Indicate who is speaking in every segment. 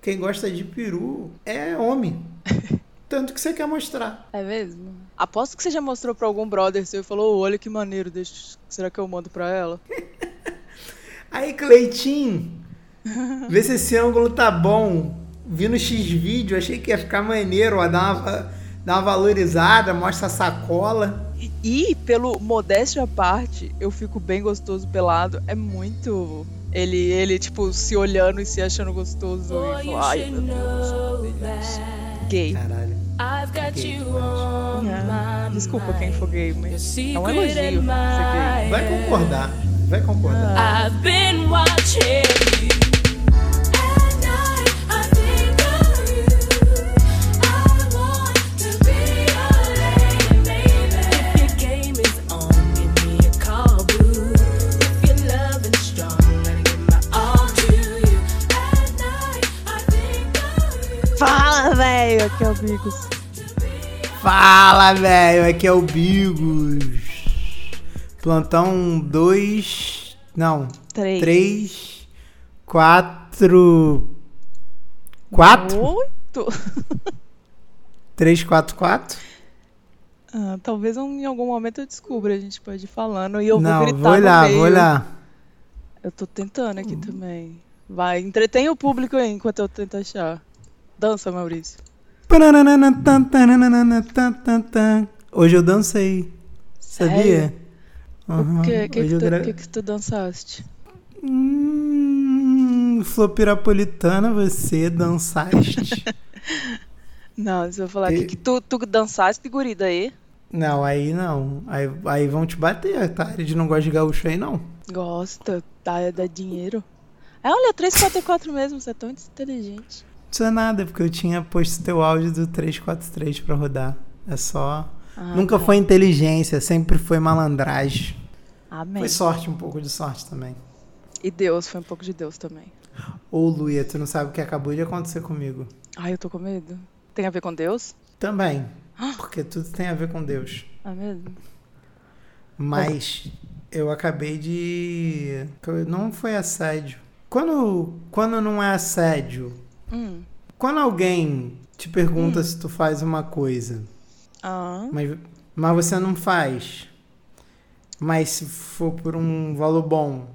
Speaker 1: Quem gosta de peru é homem. Tanto que você quer mostrar.
Speaker 2: É mesmo? Aposto que você já mostrou pra algum brother seu e falou: olha que maneiro, deixa... será que eu mando pra ela?
Speaker 1: Aí, Cleitinho, vê se esse ângulo tá bom. Vi no X-Vídeo, achei que ia ficar maneiro, ó, dar uma, dar uma valorizada, mostra a sacola.
Speaker 2: E, pelo modéstia à parte, eu fico bem gostoso pelado. É muito. Ele, ele tipo, se olhando e se achando gostoso. e fala, Ai, meu Deus, meu Deus. Gay.
Speaker 1: Caralho.
Speaker 3: I've got
Speaker 1: Gay,
Speaker 3: you
Speaker 1: eu
Speaker 3: on my
Speaker 2: Ah, Desculpa quem for gay, mas é um
Speaker 3: secret
Speaker 2: elogio ser gay.
Speaker 3: admirer.
Speaker 1: Vai concordar, vai concordar.
Speaker 3: I've been watching you. And I, I think of you. I want to be your lady, baby. If your game is on, give me a call, boo. If your love is strong, let me give my all to you. At night, I think of you.
Speaker 2: Fala, velho! Aqui é o Bigos.
Speaker 1: Fala, velho, aqui é o Bigos. Plantão 2, não,
Speaker 2: Três.
Speaker 1: 3, 4, 4,
Speaker 2: Oito?
Speaker 1: 3, 4, 4.
Speaker 2: Ah, talvez um- em algum momento eu descubra, a gente pode ir falando e eu
Speaker 1: Não,
Speaker 2: vou gritar
Speaker 1: vou olhar,
Speaker 2: no meio.
Speaker 1: vou olhar.
Speaker 2: Eu tô tentando aqui
Speaker 1: Uhum.
Speaker 2: também. Vai, entretém o público aí enquanto eu tento achar. Dança, Maurício.
Speaker 1: Hoje eu dancei, sabia? Aham,
Speaker 2: O que, que,
Speaker 1: hoje
Speaker 2: que,
Speaker 1: eu
Speaker 2: tu,
Speaker 1: gra-
Speaker 2: que que tu dançaste?
Speaker 1: Hum, Flopirapolitana, você dançaste.
Speaker 2: Não, você vai falar
Speaker 1: E-
Speaker 2: que, que tu, tu dançaste, guri, daí?
Speaker 1: Não, aí não. Aí, aí vão te bater, tá? Eles não gostam de gaúcho aí, não.
Speaker 2: Gosta, dá, dá dinheiro. Ah, olha, 344 mesmo, você é tão inteligente.
Speaker 1: Isso é nada, porque eu tinha posto teu áudio do 343 pra rodar. É só.
Speaker 2: Ah,
Speaker 1: Nunca foi inteligência, sempre foi malandragem.
Speaker 2: Amém.
Speaker 1: Foi sorte, um pouco de sorte também.
Speaker 2: E Deus, foi um pouco de Deus também.
Speaker 1: Ô, Luia, tu não sabe o que acabou de acontecer comigo.
Speaker 2: Ai, eu tô com medo. Tem a ver com Deus?
Speaker 1: Também. Porque tudo tem a ver com Deus.
Speaker 2: É mesmo?
Speaker 1: Mas eu acabei de. Não foi assédio. Quando, quando não é assédio,
Speaker 2: Hum.
Speaker 1: quando alguém te pergunta se tu faz uma coisa,
Speaker 2: Ah,
Speaker 1: mas, mas você não faz, mas se for por um valor bom,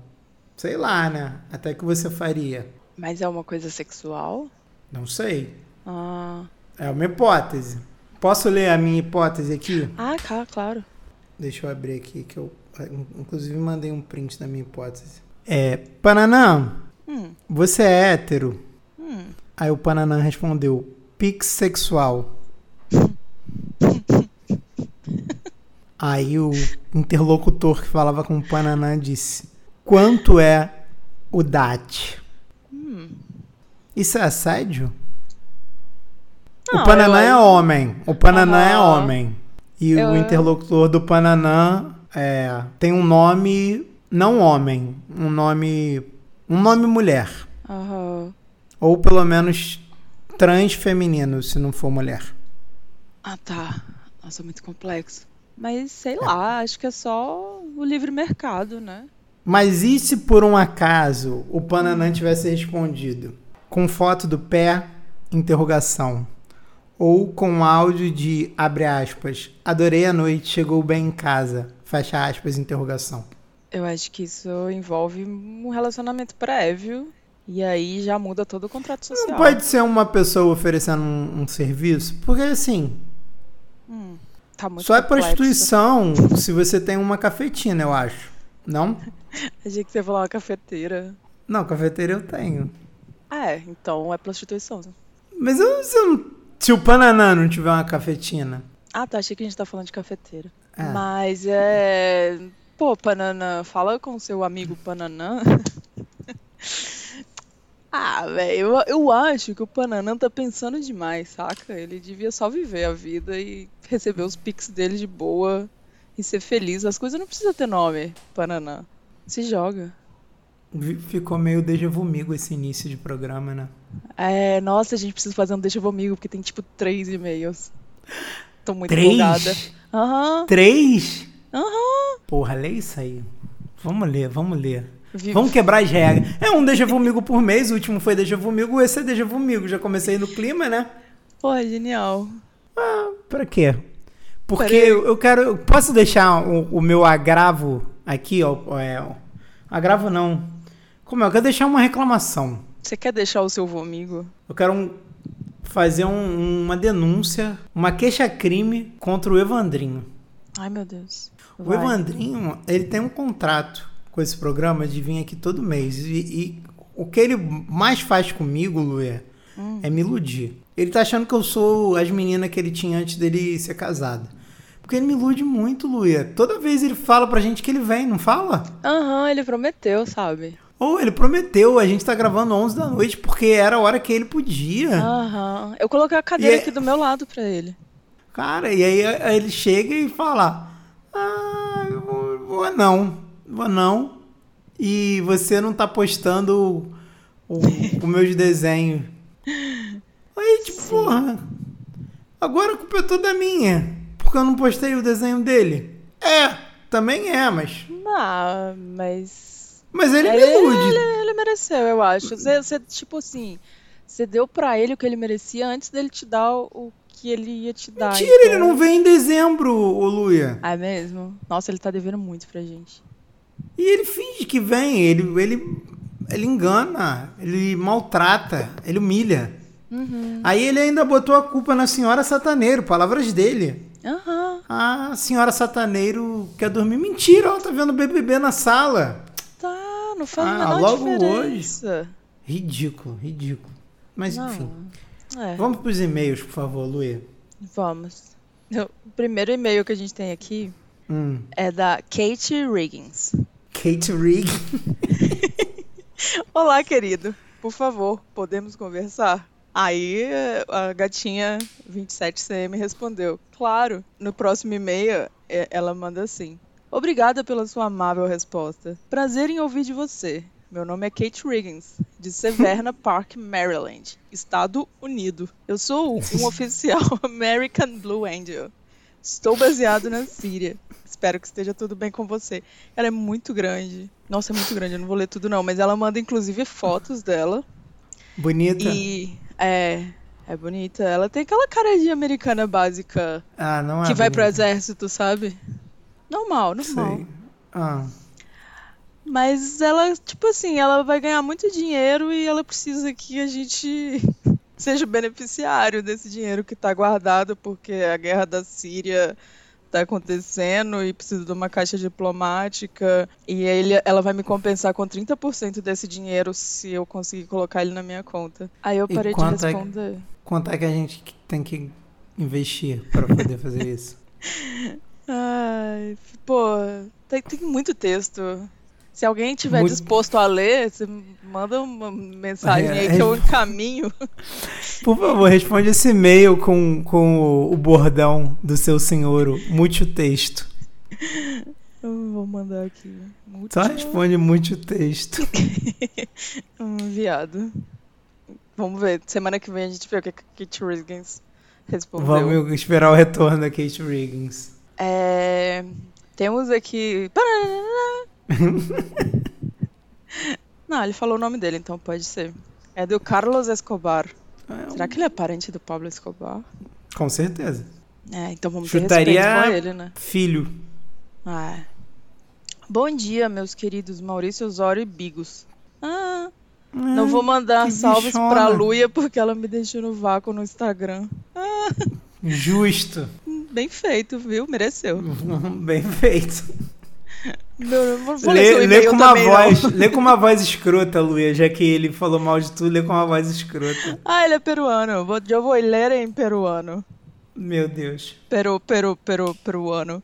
Speaker 1: sei lá, né? Até que você faria.
Speaker 2: mas é uma coisa sexual?
Speaker 1: Não sei.
Speaker 2: Ah,
Speaker 1: É uma hipótese. Posso ler a minha hipótese aqui?
Speaker 2: ah ca- claro.
Speaker 1: Deixa eu abrir aqui, que eu inclusive mandei um print da minha hipótese. É, Pananã,
Speaker 2: Hum.
Speaker 1: você é hétero?
Speaker 2: Hum.
Speaker 1: Aí o Pananã respondeu, pix sexual. Aí o interlocutor que falava com o Pananã disse, quanto é o DAT?
Speaker 2: Hum.
Speaker 1: Isso é assédio?
Speaker 2: Não,
Speaker 1: o Pananã
Speaker 2: eu-
Speaker 1: é homem. O Pananã é
Speaker 2: Aham.
Speaker 1: homem. E
Speaker 2: Eu-
Speaker 1: o interlocutor do Pananã é, tem um nome não homem, um nome um nome mulher,
Speaker 2: Aham.
Speaker 1: ou pelo menos transfeminino, se não for mulher.
Speaker 2: Ah, tá. Nossa, muito complexo. Mas sei lá, acho que é só o livre mercado, né?
Speaker 1: Mas e se por um acaso o Pananã tivesse respondido com foto do pé, interrogação, ou com áudio de abre aspas, adorei a noite, chegou bem em casa, fecha aspas, interrogação.
Speaker 2: Eu acho que isso envolve um relacionamento prévio. E aí já muda todo o contrato social.
Speaker 1: Não pode ser uma pessoa oferecendo um, um serviço? Porque assim,
Speaker 2: Tá muito
Speaker 1: só é
Speaker 2: complexo.
Speaker 1: prostituição se você tem uma cafetina, eu acho. Não?
Speaker 2: Achei que você ia falar uma cafeteira.
Speaker 1: Não, cafeteira eu tenho.
Speaker 2: Ah, é. Então é prostituição.
Speaker 1: Mas eu, se, eu não- se o Pananã não tiver uma cafetina.
Speaker 2: Ah, tá. Achei que a gente tá falando de cafeteira.
Speaker 1: É.
Speaker 2: Mas é. Pô, Pananã, fala com seu amigo Pananã. ah, velho, eu, eu acho que o Pananã tá pensando demais, saca? Ele devia só viver a vida e receber os pics dele de boa e ser feliz. As coisas não precisam ter nome, Pananã. Se joga.
Speaker 1: vi- Ficou meio déjà vumigo esse início de programa, né?
Speaker 2: É, nossa, a gente precisa fazer um Deixa Eu Comigo, porque tem tipo três e-mails. Tô muito empolgada.
Speaker 1: Três?
Speaker 2: Aham,
Speaker 1: Três?
Speaker 2: aham.
Speaker 1: Porra, lê isso aí. Vamos ler, vamos ler.
Speaker 2: Vi-
Speaker 1: Vamos quebrar as regras. É um Deja Vumigo por mês, o último foi Deja Vumigo, esse é Deja Vumigo. Já comecei no clima, né?
Speaker 2: Porra, é genial.
Speaker 1: Pra quê? Porque
Speaker 2: Peraí.
Speaker 1: eu eu quero. eu Posso deixar o, o meu agravo aqui, ó? ó, é, ó. agravo não. Como é? Eu quero deixar uma reclamação.
Speaker 2: Você quer deixar o seu vomigo?
Speaker 1: Eu quero um- fazer um- uma denúncia, uma queixa-crime contra o Evandrinho.
Speaker 2: Ai, meu Deus.
Speaker 1: O
Speaker 2: Vai.
Speaker 1: Evandrinho, ele tem um contrato com esse programa de vir aqui todo mês. E, e o que ele mais faz comigo, Luia, é me iludir. Ele tá achando que eu sou as meninas que ele tinha antes dele ser casado. Porque ele me ilude muito, Luia. Toda vez ele fala pra gente que ele vem, não fala?
Speaker 2: Aham, ele prometeu, sabe?
Speaker 1: Ou ele prometeu, a gente tá gravando 11 da noite porque era a hora que ele
Speaker 2: Ah.
Speaker 1: podia.
Speaker 2: Aham. Eu coloquei a cadeira
Speaker 1: E é-
Speaker 2: aqui do meu lado pra ele.
Speaker 1: Cara, e aí a- ele chega e fala: Ah, eu vou, vou não, vou não. E você não tá postando o, o, o meus desenhos. Aí, tipo, porra, agora a culpa é toda minha, porque eu não postei o desenho dele. É, também é, mas.
Speaker 2: Ah, mas.
Speaker 1: Mas ele é me
Speaker 2: ele,
Speaker 1: ilude.
Speaker 2: ele mereceu, eu acho. Você, você, tipo assim, você deu pra ele o que ele merecia antes dele te dar o- o que ele ia te dar.
Speaker 1: Mentira, ele
Speaker 2: então-
Speaker 1: não vem em dezembro, ô Luia.
Speaker 2: Ah, é mesmo? Nossa, ele tá devendo muito pra gente.
Speaker 1: E ele finge que vem, ele, ele, ele engana, ele maltrata, ele humilha. Aí ele ainda botou a culpa na senhora Sataneiro, palavras dele.
Speaker 2: Aham,
Speaker 1: A senhora Sataneiro quer dormir. Mentira, ela tá vendo BBB na sala.
Speaker 2: tá, não faz
Speaker 1: Ah,
Speaker 2: a menor
Speaker 1: logo
Speaker 2: diferença.
Speaker 1: Ridículo, ridículo. Mas
Speaker 2: Não.
Speaker 1: enfim.
Speaker 2: É,
Speaker 1: Vamos pros e-mails, por favor, Luê.
Speaker 2: vamos. Eu- O primeiro e-mail que a gente tem aqui
Speaker 1: Hum.
Speaker 2: é da Kate Riggins.
Speaker 1: Kate Rigg.
Speaker 2: Olá, querido. Por favor, podemos conversar? Aí eh, a gatinha 27CM respondeu: Claro. No próximo e-mail, eh, ela manda assim: Obrigada pela sua amável resposta. Prazer em ouvir de você. Meu nome é Kate Riggins, de Severna Park, Maryland, Estado Unido. Eu sou um oficial American Blue Angel. Estou baseado na Síria. Espero que esteja tudo bem com você. Ela é muito grande. Nossa, é muito grande, eu não vou ler tudo não, mas ela manda inclusive fotos dela.
Speaker 1: Bonita.
Speaker 2: E é, é bonita. Ela tem aquela cara de americana básica
Speaker 1: Ah, não é.
Speaker 2: que vai pro
Speaker 1: bonita.
Speaker 2: exército, sabe? Normal, normal.
Speaker 1: Sei. Ah.
Speaker 2: Mas ela, tipo assim, ela vai ganhar muito dinheiro e ela precisa que a gente seja beneficiário desse dinheiro que tá guardado, porque a guerra da Síria tá acontecendo e precisa de uma caixa diplomática. E ele, ela vai me compensar com 30% desse dinheiro se eu conseguir colocar ele na minha conta. Aí eu
Speaker 1: E
Speaker 2: parei de
Speaker 1: quanto é-
Speaker 2: responder.
Speaker 1: Contar que a gente que- tem que investir pra poder fazer isso.
Speaker 2: Ai, pô, tem, tem muito texto. Se alguém tiver
Speaker 1: Muito.
Speaker 2: disposto a ler, você manda uma mensagem aí
Speaker 1: É,
Speaker 2: que eu encaminho.
Speaker 1: Por favor, responde esse e-mail com, com o, o bordão do seu senhor, o multitexto.
Speaker 2: Eu vou mandar aqui. Muito
Speaker 1: Só responde multitexto.
Speaker 2: um enviado. Vamos ver, semana que vem a gente vê o que a Kit Riggins respondeu.
Speaker 1: Vamos esperar o retorno da Kate Riggins.
Speaker 2: É, temos aqui. Não, ele falou o nome dele, então pode ser. É do Carlos Escobar.
Speaker 1: É,
Speaker 2: Será que ele é parente do Pablo Escobar?
Speaker 1: Com certeza.
Speaker 2: É, então vamos
Speaker 1: Chutaria-
Speaker 2: ter respeito com ele, né?
Speaker 1: Filho.
Speaker 2: Ah. Bom dia, meus queridos Maurício Osório e Bigos. Ah, não vou mandar
Speaker 1: Hum, que
Speaker 2: salves
Speaker 1: bichona.
Speaker 2: pra Luia porque ela me deixou no vácuo no Instagram.
Speaker 1: Justo.
Speaker 2: Bem feito, viu? Mereceu.
Speaker 1: Bem feito.
Speaker 2: Não, não vou, vou ler
Speaker 1: Lê,
Speaker 2: seu
Speaker 1: lê
Speaker 2: e-mail
Speaker 1: com uma
Speaker 2: também, não.
Speaker 1: voz. Lê com uma voz escrota, Luia, já que ele falou mal de tudo, lê com uma voz escrota.
Speaker 2: Ah, ele é peruano. Vou- Eu vou ler em peruano.
Speaker 1: Meu Deus.
Speaker 2: Peru, Peru, Peru, peruano.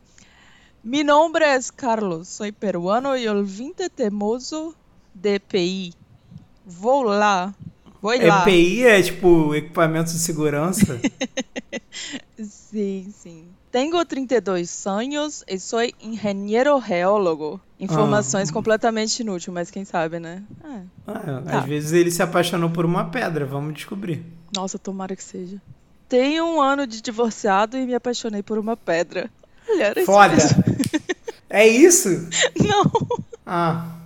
Speaker 2: Mi nombre es Carlos, soy peruano y olvinte temoso de PI. Vou lá. Vou lá.
Speaker 1: EPI é tipo equipamento de segurança.
Speaker 2: Sim, sim. Tenho 32 anos e sou engenheiro geólogo. Informações completamente inúteis, mas quem sabe, né? Ah,
Speaker 1: Ah,
Speaker 2: Tá.
Speaker 1: Às vezes ele se apaixonou por uma pedra, vamos descobrir.
Speaker 2: nossa, tomara que seja. Tenho um ano de divorciado e me apaixonei por uma pedra. Olha, era isso
Speaker 1: Foda!
Speaker 2: mesmo.
Speaker 1: É isso?
Speaker 2: Não,
Speaker 1: Ah,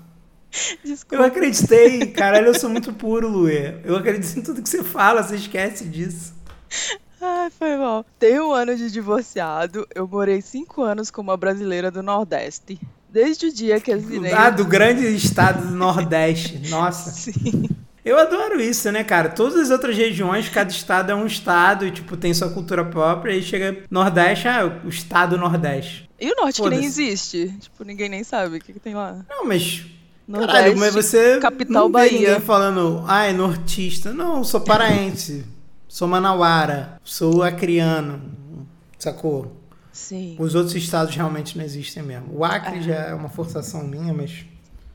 Speaker 1: Eu
Speaker 2: Desculpa.
Speaker 1: acreditei, caralho, eu sou muito puro, Luê. Eu acredito em tudo que você fala, você esquece disso.
Speaker 2: Ai, foi mal. Tenho um ano de divorciado. Eu morei cinco anos com uma brasileira do Nordeste. Desde o dia que assinei.
Speaker 1: Ah, do grande estado do Nordeste. Nossa.
Speaker 2: Sim.
Speaker 1: Eu adoro isso, né, cara? Todas as outras regiões, cada estado é um estado, e, tipo, tem sua cultura própria, e chega Nordeste, ah, o estado Nordeste.
Speaker 2: E o norte que nem
Speaker 1: Foda-se.
Speaker 2: existe. Tipo, ninguém nem sabe o que, que tem lá.
Speaker 1: Não, mas.
Speaker 2: Nordeste,
Speaker 1: caralho, mas você.
Speaker 2: capital
Speaker 1: não
Speaker 2: Bahia.
Speaker 1: Tem ninguém falando, ah, é nortista. Não, sou paraense. sou manauara. Sou acriano. Sacou?
Speaker 2: Sim.
Speaker 1: Os outros estados realmente não existem mesmo. O Acre já é uma forçação minha, mas.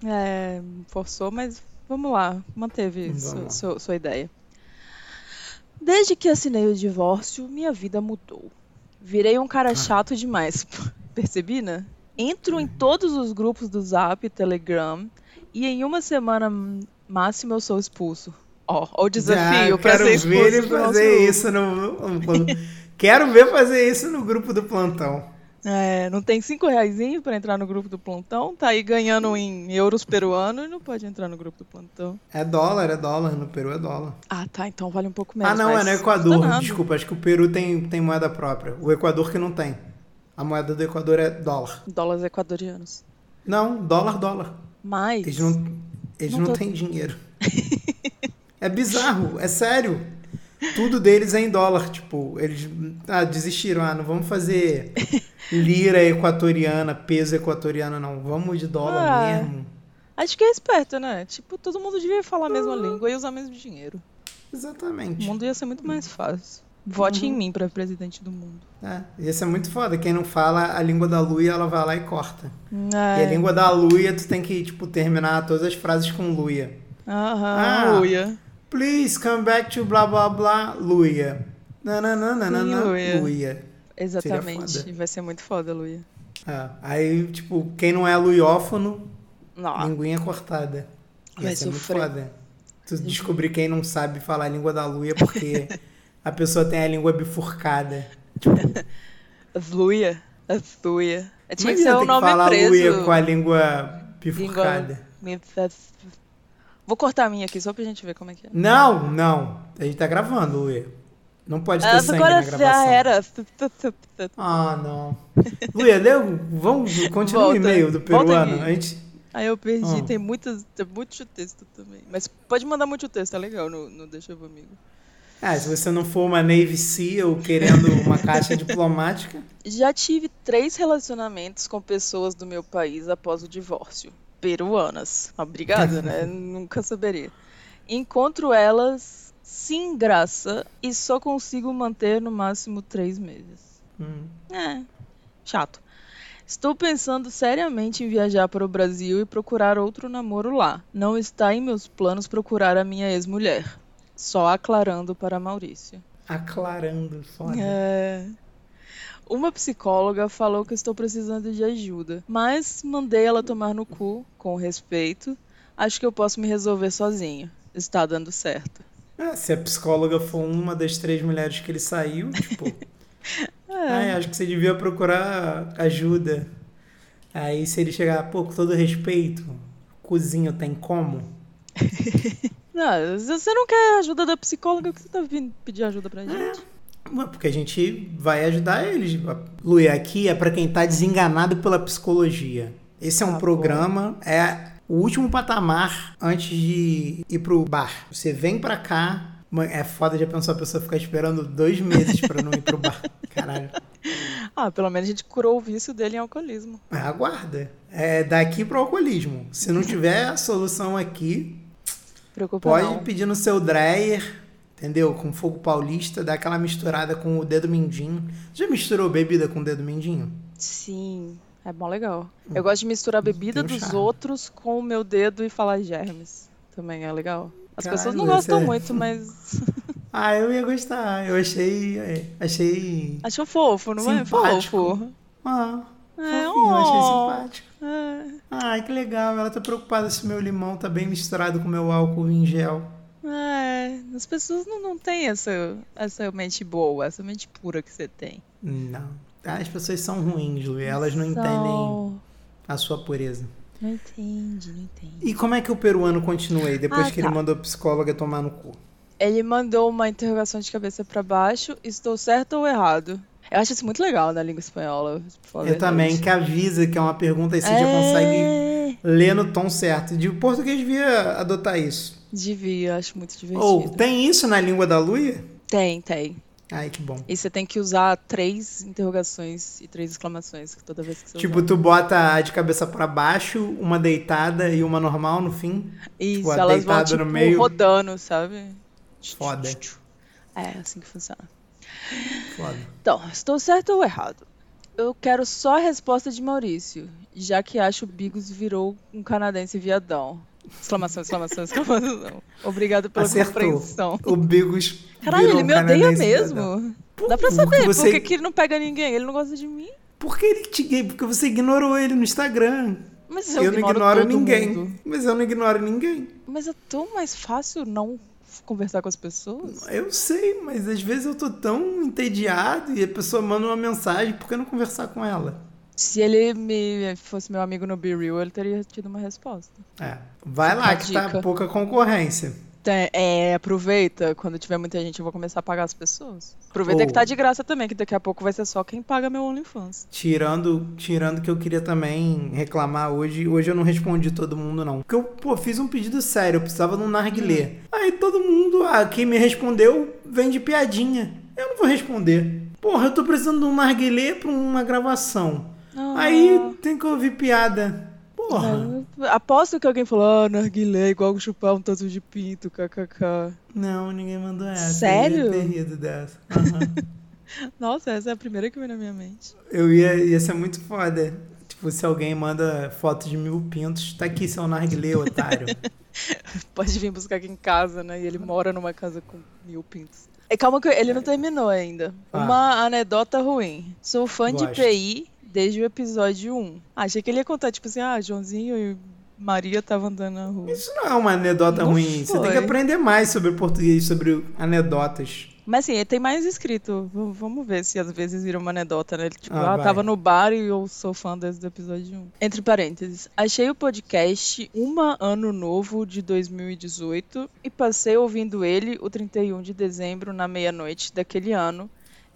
Speaker 2: É, forçou, mas vamos lá, manteve
Speaker 1: Vamos
Speaker 2: su-
Speaker 1: lá.
Speaker 2: su- sua ideia. Desde que assinei o divórcio, minha vida mudou. Virei um
Speaker 1: Ah.
Speaker 2: cara chato demais, percebi, né? Entro
Speaker 1: Uhum.
Speaker 2: em todos os grupos do Zap, Telegram, e em uma semana hum, máxima eu sou expulso. Ó, ó o desafio
Speaker 1: Ah,
Speaker 2: para
Speaker 1: quero
Speaker 2: ser expulso
Speaker 1: ver ele
Speaker 2: do nosso
Speaker 1: fazer
Speaker 2: grupo.
Speaker 1: isso no. no- quero ver fazer isso no grupo do plantão.
Speaker 2: É, não tem cinco reais pra entrar no grupo do plantão, tá aí ganhando em euros peruano e não pode entrar no grupo do plantão.
Speaker 1: É dólar, é dólar. No Peru é dólar.
Speaker 2: Ah, tá, então vale um pouco menos.
Speaker 1: ah, não, é
Speaker 2: mas tá
Speaker 1: no
Speaker 2: custa
Speaker 1: Equador.
Speaker 2: nada.
Speaker 1: Desculpa, acho que o Peru tem, tem moeda própria. O Equador que não tem. A moeda do Equador é dólar.
Speaker 2: Dólares equatorianos.
Speaker 1: Não, dólar, dólar.
Speaker 2: Mas.
Speaker 1: Eles não, eles
Speaker 2: Não
Speaker 1: não
Speaker 2: tô-
Speaker 1: têm dinheiro. é bizarro, é sério. Tudo deles é em dólar. Tipo, eles ah, desistiram. Ah, não vamos fazer lira equatoriana, peso equatoriano, não. Vamos de dólar
Speaker 2: Ah.
Speaker 1: mesmo.
Speaker 2: Acho que é esperto, né? Tipo, todo mundo devia falar a
Speaker 1: Ah.
Speaker 2: mesma língua e usar o mesmo dinheiro. O
Speaker 1: Exatamente.
Speaker 2: mundo ia ser muito mais fácil. Vote
Speaker 1: Uhum.
Speaker 2: em mim pra presidente do mundo.
Speaker 1: É, isso é muito foda. Quem não fala a língua da Luia, ela vai lá e corta. E a
Speaker 2: É.
Speaker 1: língua da Luia, tu tem que, tipo, terminar todas as frases com Luia.
Speaker 2: Aham,
Speaker 1: Ah.
Speaker 2: uia.
Speaker 1: Please come back to blá blá blá, Luia. Nananana,
Speaker 2: Luia.
Speaker 1: Luia.
Speaker 2: Exatamente.
Speaker 1: foda.
Speaker 2: Vai ser muito foda, Luia.
Speaker 1: É, aí, tipo, quem não é luiófono,
Speaker 2: Não.
Speaker 1: linguinha cortada. Ia
Speaker 2: Vai
Speaker 1: ser muito
Speaker 2: sofrer.
Speaker 1: foda. Tu
Speaker 2: Uhum.
Speaker 1: descobrir quem não sabe falar a língua da Luia porque a pessoa tem a língua bifurcada.
Speaker 2: Luia. Luia. Tinha que
Speaker 1: Imagina
Speaker 2: ser o
Speaker 1: ter é que
Speaker 2: nome
Speaker 1: falar
Speaker 2: preso.
Speaker 1: Luia com a língua
Speaker 2: Língua-
Speaker 1: bifurcada.
Speaker 2: Me- Vou cortar a minha aqui só pra gente ver como é que é.
Speaker 1: Não, não. A gente tá gravando, Luia. Não pode ter
Speaker 2: Ah,
Speaker 1: sangue
Speaker 2: agora
Speaker 1: na
Speaker 2: já
Speaker 1: gravação.
Speaker 2: era.
Speaker 1: Ah, não. Luia, leu, vamos, continua o
Speaker 2: Volta.
Speaker 1: e-mail do
Speaker 2: Volta
Speaker 1: peruano.
Speaker 2: aí.
Speaker 1: A gente...
Speaker 2: Aí eu perdi,
Speaker 1: Ah.
Speaker 2: tem muitas, tem muito texto também. Mas pode mandar muito texto, é legal no, no Deixa eu Amigo.
Speaker 1: Ah, se você não for uma Navy SEAL querendo uma caixa diplomática...
Speaker 2: Já tive três relacionamentos com pessoas do meu país após o divórcio. Peruanas. Obrigada, né? Nunca saberia. Encontro elas sem graça e só consigo manter no máximo três meses.
Speaker 1: Hum.
Speaker 2: É, chato. Estou pensando seriamente em viajar para o Brasil e procurar outro namoro lá. Não está em meus planos procurar a minha ex-mulher. Só aclarando para Maurício.
Speaker 1: Aclarando, foda.
Speaker 2: É. Uma psicóloga falou que estou precisando de ajuda, mas mandei ela tomar no cu, com respeito. Acho que eu posso me resolver sozinho. Está dando certo.
Speaker 1: Ah, se a psicóloga for uma das três mulheres que ele saiu, tipo. Ai, acho que você devia procurar ajuda. Aí se ele chegar, pô, com todo respeito, cozinho tem como?
Speaker 2: Não, se Ah, você não quer ajuda da psicóloga, por que você tá vindo pedir ajuda pra gente?
Speaker 1: Ué, Porque a gente vai ajudar eles. Luia, aqui é pra quem tá desenganado pela psicologia. Esse é um
Speaker 2: Tá bom.
Speaker 1: programa, é o último patamar antes de ir pro bar. Você vem pra cá. Mãe, É foda já pensar a pessoa ficar esperando dois meses pra não ir pro bar. Caralho.
Speaker 2: Ah, pelo menos a gente curou o vício dele em alcoolismo.
Speaker 1: Ah, Aguarda. É daqui pro alcoolismo. Se não tiver a solução aqui,
Speaker 2: Preocupa
Speaker 1: pode
Speaker 2: não.
Speaker 1: pedir no seu dryer, entendeu? Com fogo paulista, dá aquela misturada com o dedo mindinho. Já misturou bebida com o dedo mindinho?
Speaker 2: Sim, é bom legal. Eu
Speaker 1: Hum.
Speaker 2: gosto de misturar a
Speaker 1: tem
Speaker 2: bebida
Speaker 1: um
Speaker 2: dos
Speaker 1: charme.
Speaker 2: outros com o meu dedo e falar germes. Também é legal. As pessoas não
Speaker 1: Caralho,
Speaker 2: gostam
Speaker 1: você-
Speaker 2: muito, mas
Speaker 1: Ah, eu ia gostar. Eu achei. é, Achei.
Speaker 2: acham fofo, não
Speaker 1: Simpático.
Speaker 2: é? Fofo.
Speaker 1: Ah,
Speaker 2: É,
Speaker 1: fofinho, achei
Speaker 2: oh.
Speaker 1: simpático.
Speaker 2: É,
Speaker 1: Ai, que legal. Ela tá preocupada se meu limão tá bem misturado com meu álcool em gel.
Speaker 2: é. As pessoas não, não têm essa, essa mente boa, essa mente pura que você tem.
Speaker 1: Não. Ah, As pessoas são ruins, Lu. Elas não entendem
Speaker 2: São-
Speaker 1: a sua pureza.
Speaker 2: Não entendi, não entendi.
Speaker 1: E como é que o peruano continua aí, depois
Speaker 2: Ah,
Speaker 1: que
Speaker 2: tá.
Speaker 1: ele mandou a psicóloga tomar no cu?
Speaker 2: Ele mandou uma interrogação de cabeça pra baixo, estou certo ou errado? Eu acho isso muito legal na língua espanhola. pra falar a
Speaker 1: Eu
Speaker 2: verdade.
Speaker 1: também, que avisa que é uma pergunta e você já
Speaker 2: É,
Speaker 1: consegue ler no tom certo. De o português devia adotar isso.
Speaker 2: Devia, acho muito divertido.
Speaker 1: Ou tem isso na língua da Luia?
Speaker 2: Tem, tem.
Speaker 1: Ai, que bom.
Speaker 2: E você tem que usar três interrogações e três exclamações toda vez que você
Speaker 1: Tipo, tu bota a de cabeça pra baixo, uma deitada e uma normal no fim.
Speaker 2: usar. Isso,
Speaker 1: tipo, a
Speaker 2: elas vão
Speaker 1: deitada
Speaker 2: tipo,
Speaker 1: no meio.
Speaker 2: rodando, sabe?
Speaker 1: Foda.
Speaker 2: É, assim que funciona.
Speaker 1: Foda.
Speaker 2: Então, estou certo ou errado? Eu quero só a resposta de Maurício, já que acho o Bigos virou um canadense viadão. Exclamação, exclamação, exclamação. Obrigado pela
Speaker 1: Acertou.
Speaker 2: compreensão.
Speaker 1: O Bigos.
Speaker 2: Caralho,
Speaker 1: virou
Speaker 2: ele
Speaker 1: um
Speaker 2: me odeia
Speaker 1: canadense cidadão.
Speaker 2: mesmo.
Speaker 1: Por-
Speaker 2: Dá pra saber,
Speaker 1: você-
Speaker 2: porque que ele não pega ninguém, ele não gosta de mim.
Speaker 1: Por que ele te gay? Porque você ignorou ele no Instagram.
Speaker 2: Mas eu,
Speaker 1: Eu, não ignoro
Speaker 2: todo
Speaker 1: ninguém.
Speaker 2: mundo.
Speaker 1: Mas eu não ignoro ninguém.
Speaker 2: Mas é tão mais fácil não f- conversar com as pessoas.
Speaker 1: Eu sei, mas às vezes eu tô tão entediado e a pessoa manda uma mensagem, por que não conversar com ela?
Speaker 2: Se ele me fosse meu amigo no Be Real, ele teria tido uma resposta.
Speaker 1: É. Vai lá,
Speaker 2: Uma
Speaker 1: que tá
Speaker 2: dica.
Speaker 1: pouca concorrência.
Speaker 2: Tá, É, aproveita. Quando tiver muita gente, eu vou começar a pagar as pessoas. Aproveita
Speaker 1: Ou-
Speaker 2: que tá de graça também, que daqui a pouco vai ser só quem paga meu OnlyFans.
Speaker 1: Tirando, tirando que eu queria também reclamar hoje. Hoje eu não respondi todo mundo, não. Porque eu, pô, fiz um pedido sério, eu precisava de um narguilê.
Speaker 2: Hum.
Speaker 1: Aí todo mundo, ah, quem me respondeu vem de piadinha. Eu não vou responder. Porra, eu tô precisando de um narguilê pra uma gravação.
Speaker 2: Ah.
Speaker 1: Aí tem que ouvir piada. Porra.
Speaker 2: É, Aposto que alguém falou, ah, narguilé, é igual chupar um tanto de pinto, kkk.
Speaker 1: Não, ninguém mandou essa.
Speaker 2: Sério?
Speaker 1: Eu ia ter rido dessa. Aham.
Speaker 2: Nossa, essa é a primeira que veio na minha mente.
Speaker 1: Eu ia, ia ser muito foda. Tipo, se alguém manda foto de mil pintos, tá aqui seu narguilê, otário.
Speaker 2: Pode vir buscar aqui em casa, né? E ele mora numa casa com mil pintos. E É, calma que ele não terminou ainda.
Speaker 1: Ah.
Speaker 2: Uma anedota ruim. Sou fã
Speaker 1: Gosto.
Speaker 2: de PI desde o episódio 1. Achei que ele ia contar, tipo assim, ah, Joãozinho e Maria estavam andando na rua.
Speaker 1: Isso não é uma anedota
Speaker 2: Não
Speaker 1: ruim. Você tem que
Speaker 2: foi.
Speaker 1: aprender mais sobre português, sobre anedotas.
Speaker 2: Mas assim, tem mais escrito. V- vamos ver se às vezes vira uma anedota, né? Tipo,
Speaker 1: Ah,
Speaker 2: ah,
Speaker 1: vai.
Speaker 2: tava no bar e eu sou fã desde o episódio 1. Entre parênteses, achei o podcast Uma Ano Novo de 2018 e passei ouvindo ele o 31 de dezembro na meia-noite daquele ano,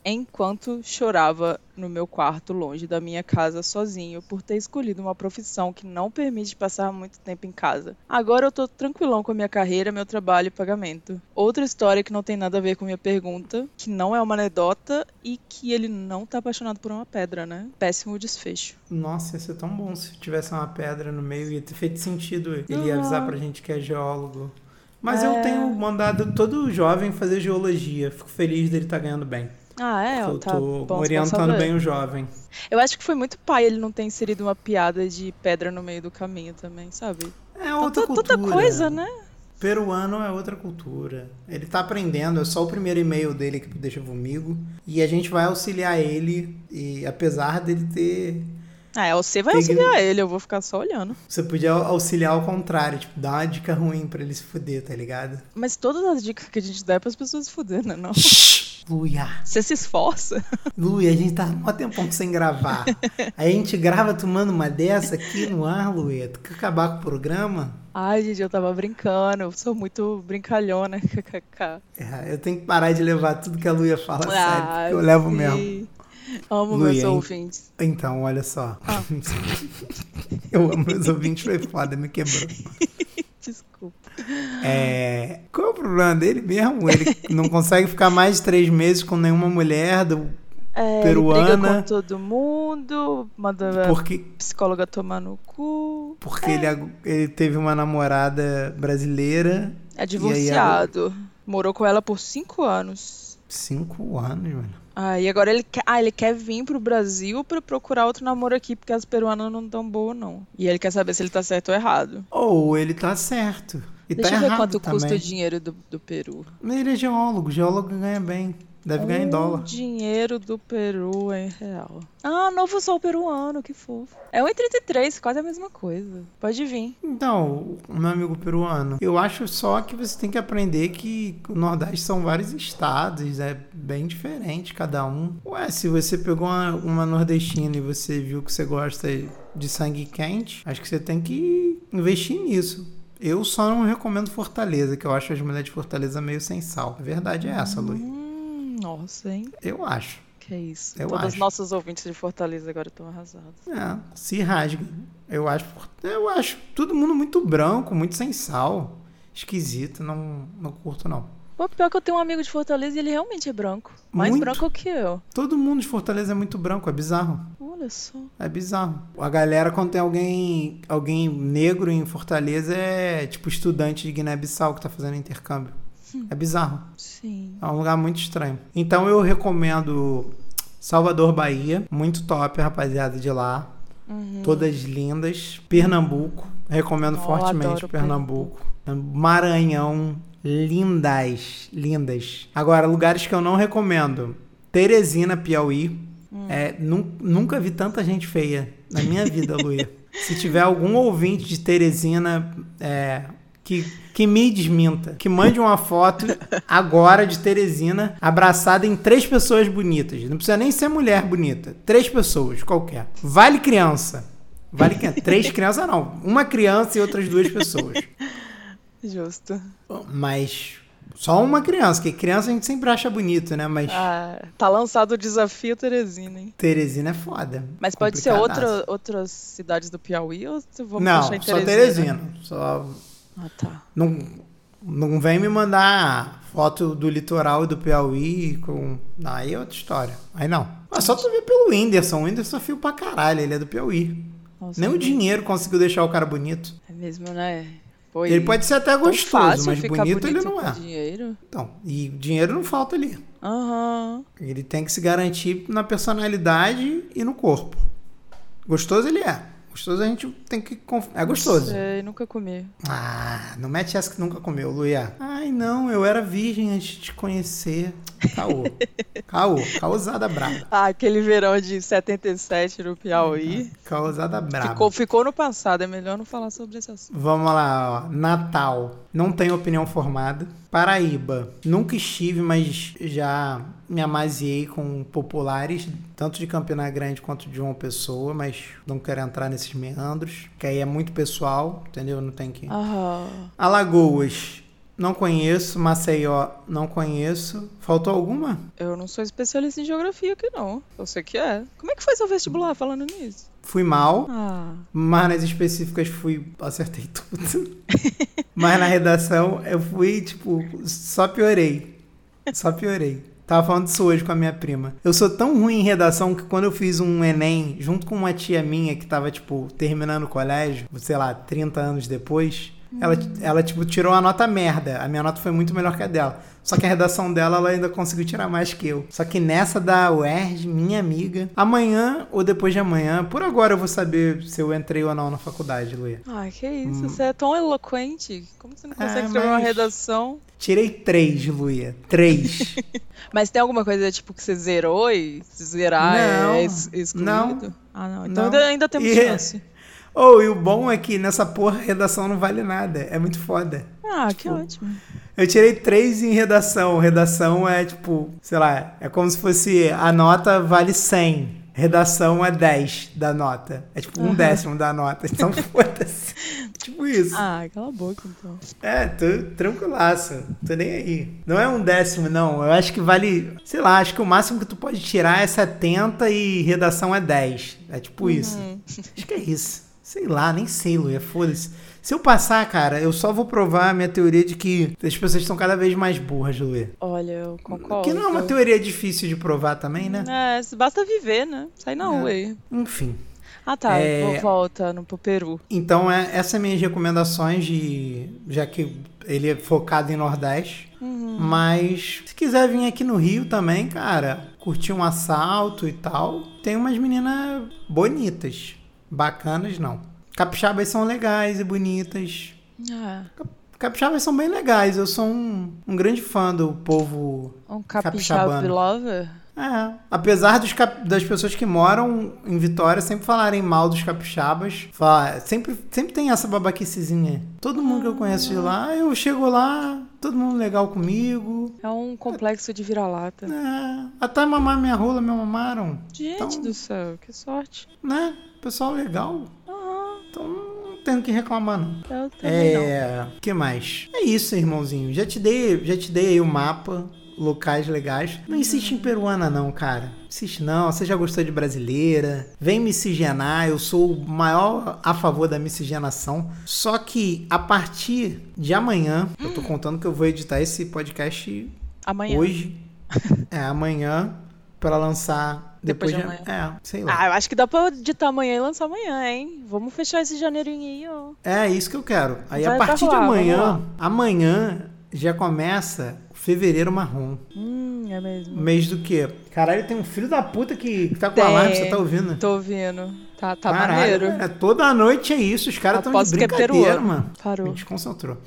Speaker 2: enquanto chorava no meu quarto longe da minha casa sozinho por ter escolhido uma profissão que não permite passar muito tempo em casa. Agora eu tô tranquilão com a minha carreira, meu trabalho e pagamento. Outra história que não tem nada a ver com minha pergunta, que não é uma anedota e que ele não tá apaixonado por uma pedra, né? Péssimo desfecho.
Speaker 1: Nossa, ia ser tão bom se tivesse uma pedra no meio. Ia ter feito sentido ele ia
Speaker 2: Não.
Speaker 1: avisar pra gente que é geólogo. Mas eu
Speaker 2: É.
Speaker 1: tenho mandado todo jovem fazer geologia. Fico feliz dele estar ganhando bem.
Speaker 2: Ah, é,
Speaker 1: eu
Speaker 2: tá
Speaker 1: tô
Speaker 2: bom,
Speaker 1: orientando
Speaker 2: responsável.
Speaker 1: bem o jovem.
Speaker 2: Eu acho que foi muito pai ele não ter inserido uma piada de pedra no meio do caminho também, sabe?
Speaker 1: É outra
Speaker 2: Tanta-
Speaker 1: cultura.
Speaker 2: tanta coisa, né?
Speaker 1: Peruano é outra cultura. Ele tá aprendendo, é só o primeiro e-mail dele que deixa comigo. E a gente vai auxiliar ele. E apesar dele ter.
Speaker 2: Ah, é, você vai
Speaker 1: Tem que-
Speaker 2: auxiliar ele, eu vou ficar só olhando.
Speaker 1: Você podia auxiliar ao contrário, tipo, dar uma dica ruim pra ele se fuder, tá ligado?
Speaker 2: Mas todas as dicas que a gente dá é pras pessoas se fuder, né? Não?
Speaker 1: Shhh! Luia!
Speaker 2: Você se esforça?
Speaker 1: Luia, a gente tá mó tempão sem gravar. Aí a gente grava tomando uma dessa aqui no ar, Luia. Tu quer acabar com o programa?
Speaker 2: Ai, gente, eu tava brincando, eu sou muito brincalhona, kkk.
Speaker 1: É, eu tenho que parar de levar tudo que a Luia fala a sério,
Speaker 2: Ah,
Speaker 1: porque eu levo
Speaker 2: sim.
Speaker 1: mesmo.
Speaker 2: Amo
Speaker 1: Luia,
Speaker 2: meus
Speaker 1: hein?
Speaker 2: ouvintes.
Speaker 1: Então, olha só.
Speaker 2: Ah.
Speaker 1: eu amo meus ouvintes, foi foda, me quebrou.
Speaker 2: Desculpa.
Speaker 1: É, Qual é o problema dele mesmo? Ele não consegue ficar mais de três meses com nenhuma mulher do
Speaker 2: É, Ele briga
Speaker 1: Peruana.
Speaker 2: com todo mundo, manda a
Speaker 1: porque
Speaker 2: psicóloga tomar no cu.
Speaker 1: porque
Speaker 2: É.
Speaker 1: ele, ag- ele teve uma namorada brasileira
Speaker 2: É divorciado. Morou com ela por cinco anos.
Speaker 1: cinco anos, mano.
Speaker 2: Ah, e agora ele quer, ah, ele quer vir pro Brasil pra procurar outro namoro aqui, porque as peruanas não tão boas, não. E ele quer saber se ele tá certo ou errado.
Speaker 1: Ou ele tá certo. E
Speaker 2: Deixa
Speaker 1: tá
Speaker 2: eu ver
Speaker 1: errado
Speaker 2: quanto
Speaker 1: também.
Speaker 2: custa o dinheiro do, do Peru.
Speaker 1: Mas ele é geólogo, geólogo ganha bem. Deve ganhar em dólar.
Speaker 2: O dinheiro do Peru em real. Ah, novo sol peruano, que fofo. É 1,33, quase a mesma coisa. Pode vir.
Speaker 1: Então, o meu amigo peruano, eu acho só que você tem que aprender que o Nordeste são vários estados, é bem diferente cada um. Ué, se você pegou uma, uma nordestina e você viu que você gosta de sangue quente, acho que você tem que investir nisso. Eu só não recomendo Fortaleza, que eu acho as mulheres de Fortaleza meio sem sal. A verdade é essa, Lu.
Speaker 2: Hum, nossa, hein?
Speaker 1: Eu acho.
Speaker 2: Que é isso.
Speaker 1: Eu
Speaker 2: Todas as
Speaker 1: acho.
Speaker 2: nossas ouvintes de Fortaleza agora estão arrasadas.
Speaker 1: É, se rasguem. Eu acho, eu acho todo mundo muito branco, muito sem sal. Esquisito, não, não curto não.
Speaker 2: Pô, pior que eu tenho um amigo de Fortaleza e ele realmente é branco. Mais
Speaker 1: Muito.
Speaker 2: branco que eu.
Speaker 1: Todo mundo de Fortaleza é muito branco, é bizarro.
Speaker 2: Olha só.
Speaker 1: É bizarro. A galera, quando tem alguém, alguém negro em Fortaleza, é tipo estudante de Guiné-Bissau que tá fazendo intercâmbio. É bizarro.
Speaker 2: Sim.
Speaker 1: É um lugar muito estranho. Então eu recomendo Salvador, Bahia. Muito top, a rapaziada de lá. Todas lindas. Pernambuco. Recomendo
Speaker 2: Oh,
Speaker 1: fortemente
Speaker 2: adoro
Speaker 1: Pernambuco. Maranhão. Lindas. Lindas. Agora, lugares que eu não recomendo. Teresina, Piauí. É, nun- nunca vi tanta gente feia na minha vida, Luia. Se tiver algum ouvinte de Teresina, é, que, que me desminta, que mande uma foto agora de Teresina abraçada em três pessoas bonitas. Não precisa nem ser mulher bonita. Três pessoas, qualquer. Vale criança. Vale criança. Três crianças não. Uma criança e outras duas pessoas.
Speaker 2: Justo.
Speaker 1: Mas só uma criança, que criança a gente sempre acha bonito, né? Mas
Speaker 2: Ah, tá lançado o desafio Teresina, hein?
Speaker 1: Teresina é foda.
Speaker 2: Mas pode ser
Speaker 1: Complicadaço.
Speaker 2: outra, outras cidades do Piauí ou tu- vamos
Speaker 1: Não,
Speaker 2: deixar em
Speaker 1: só
Speaker 2: Teresina? né?
Speaker 1: Teresina. Só
Speaker 2: Ah, tá.
Speaker 1: não, não vem me mandar foto do litoral e do Piauí com. Aí é outra história. Aí não. Mas só tu ver pelo Whindersson. O Whindersson é fio pra caralho, ele é do Piauí.
Speaker 2: Nossa,
Speaker 1: Nem o dinheiro conseguiu deixar o cara bonito.
Speaker 2: É mesmo, né? Pô,
Speaker 1: Ele
Speaker 2: e
Speaker 1: pode ser até
Speaker 2: tão
Speaker 1: gostoso,
Speaker 2: fácil
Speaker 1: mas
Speaker 2: ficar
Speaker 1: bonito, ele não
Speaker 2: com
Speaker 1: é.
Speaker 2: dinheiro?
Speaker 1: Então, e dinheiro não falta ali.
Speaker 2: Aham.
Speaker 1: Ele tem que se garantir na personalidade e no corpo. Gostoso ele é. Gostoso a gente tem que. conf- É gostoso.
Speaker 2: Sei, nunca comi.
Speaker 1: Ah, não mete essa que nunca comeu, Luia. Ai, não, eu era virgem antes de te conhecer. Caô. Caô. Causada braba.
Speaker 2: Ah, aquele verão de 77 no Piauí.
Speaker 1: Causada braba.
Speaker 2: Ficou, ficou no passado, é melhor não falar sobre esse assunto.
Speaker 1: Vamos lá, ó. Natal. Não tenho opinião formada. Paraíba. Nunca estive, mas já me amaziei com populares, tanto de Campina Grande quanto de João Pessoa, mas não quero entrar nesses meandros, que aí é muito pessoal, entendeu? Não tem que.
Speaker 2: Aham.
Speaker 1: Alagoas, não conheço. Maceió, não conheço. Faltou alguma?
Speaker 2: Eu não sou especialista em geografia aqui, não. Eu sei que é. Como é que foi seu vestibular falando nisso?
Speaker 1: Fui mal,
Speaker 2: Ah,
Speaker 1: mas nas específicas fui. acertei tudo. mas na redação eu fui, tipo, só piorei. Só piorei. Tava falando isso hoje com a minha prima. Eu sou tão ruim em redação que quando eu fiz um Enem, junto com uma tia minha que tava, tipo, terminando o colégio, sei lá, 30 anos depois, ela, ela, tipo, tirou a nota merda. A minha nota foi muito melhor que a dela. Só que a redação dela, ela ainda conseguiu tirar mais que eu. Só que nessa da UERJ, minha amiga, amanhã ou depois de amanhã, por agora eu vou saber se eu entrei ou não na faculdade, Luia.
Speaker 2: ai, que isso, você é tão eloquente. Como você não consegue
Speaker 1: Ah,
Speaker 2: escrever uma
Speaker 1: Hum. mas-
Speaker 2: redação?
Speaker 1: Tirei três, Luia. Três.
Speaker 2: Mas tem alguma coisa, tipo, que você zerou e se zerar
Speaker 1: Não,
Speaker 2: é ex excluído?
Speaker 1: não,
Speaker 2: Ah, não. Então
Speaker 1: não.
Speaker 2: Ainda, ainda temos
Speaker 1: E-
Speaker 2: chance.
Speaker 1: Oh, e o bom é que nessa porra redação não vale nada. É muito foda.
Speaker 2: Ah, que
Speaker 1: Tipo,
Speaker 2: ótimo.
Speaker 1: Eu tirei três em redação. Redação é tipo, sei lá, é como se fosse a nota vale 100. Redação é 10 da nota. É tipo um décimo da nota. Então foda-se. tipo isso.
Speaker 2: Ah, cala a boca, então.
Speaker 1: É, tô tranquilaço. Tô nem aí. Não é um décimo, não. Eu acho que vale. Sei lá, acho que o máximo que tu pode tirar é 70 e redação é 10. É tipo isso. Acho que é isso. Sei lá, nem sei, Luia. Foda-se. Se eu passar, cara, eu só vou provar a minha teoria de que as pessoas estão cada vez mais burras, Luia.
Speaker 2: Olha, eu concordo.
Speaker 1: Que não é uma teoria difícil de provar também, né?
Speaker 2: É, basta viver, né? Sai na rua aí.
Speaker 1: Enfim.
Speaker 2: Ah, tá.
Speaker 1: É.
Speaker 2: Vou voltando pro Peru.
Speaker 1: Então, é, essas são minhas recomendações de. Já que ele é focado em Nordeste. Mas se quiser vir aqui no Rio também, cara, curtir um assalto e tal, tem umas meninas bonitas. Bacanas, não. Capixabas são legais e bonitas.
Speaker 2: Ah,
Speaker 1: Cap- Capixabas são bem legais. Eu sou um, um grande fã do povo
Speaker 2: Um capixaba
Speaker 1: Capixabano.
Speaker 2: lover?
Speaker 1: É. Apesar dos cap- das pessoas que moram em Vitória sempre falarem mal dos capixabas, fala- sempre, sempre tem essa babaquicezinha. Todo mundo que eu conheço de lá, eu chego lá, todo mundo legal comigo.
Speaker 2: É um complexo de vira-lata.
Speaker 1: É, até mamar minha rola, me mamaram.
Speaker 2: Gente
Speaker 1: Então-
Speaker 2: do céu, que sorte.
Speaker 1: Né? Pessoal legal. Então não tenho o que reclamar, não.
Speaker 2: Eu também não.
Speaker 1: É, o que mais? É isso, irmãozinho. Já te dei, já te dei aí o mapa, locais legais. Não insiste em peruana não, cara. Insiste não, você já gostou de brasileira. Vem miscigenar, eu sou o maior a favor da miscigenação. Só que a partir de amanhã, eu tô contando que eu vou editar esse podcast
Speaker 2: Amanhã.
Speaker 1: hoje. é amanhã pra lançar depois,
Speaker 2: Depois de
Speaker 1: de É, sei lá.
Speaker 2: Ah, eu acho que dá pra editar amanhã e lançar amanhã, hein? Vamos fechar esse janeirinho aí, ó.
Speaker 1: É isso que eu quero. Aí
Speaker 2: Vai
Speaker 1: a partir
Speaker 2: pra
Speaker 1: de
Speaker 2: lá,
Speaker 1: amanhã,
Speaker 2: vamos
Speaker 1: amanhã já começa o fevereiro marrom.
Speaker 2: Hum, é mesmo.
Speaker 1: Mês do quê? Caralho, tem um filho da puta que, que tá com
Speaker 2: Tem.
Speaker 1: alarme, você tá ouvindo?
Speaker 2: Tô ouvindo. Tá, tá
Speaker 1: Caralho,
Speaker 2: maneiro.
Speaker 1: É, toda noite é isso, os caras tão de
Speaker 2: Aposto que é
Speaker 1: brincadeira,
Speaker 2: peruano.
Speaker 1: mano. Me
Speaker 2: Parou.
Speaker 1: desconcentrou.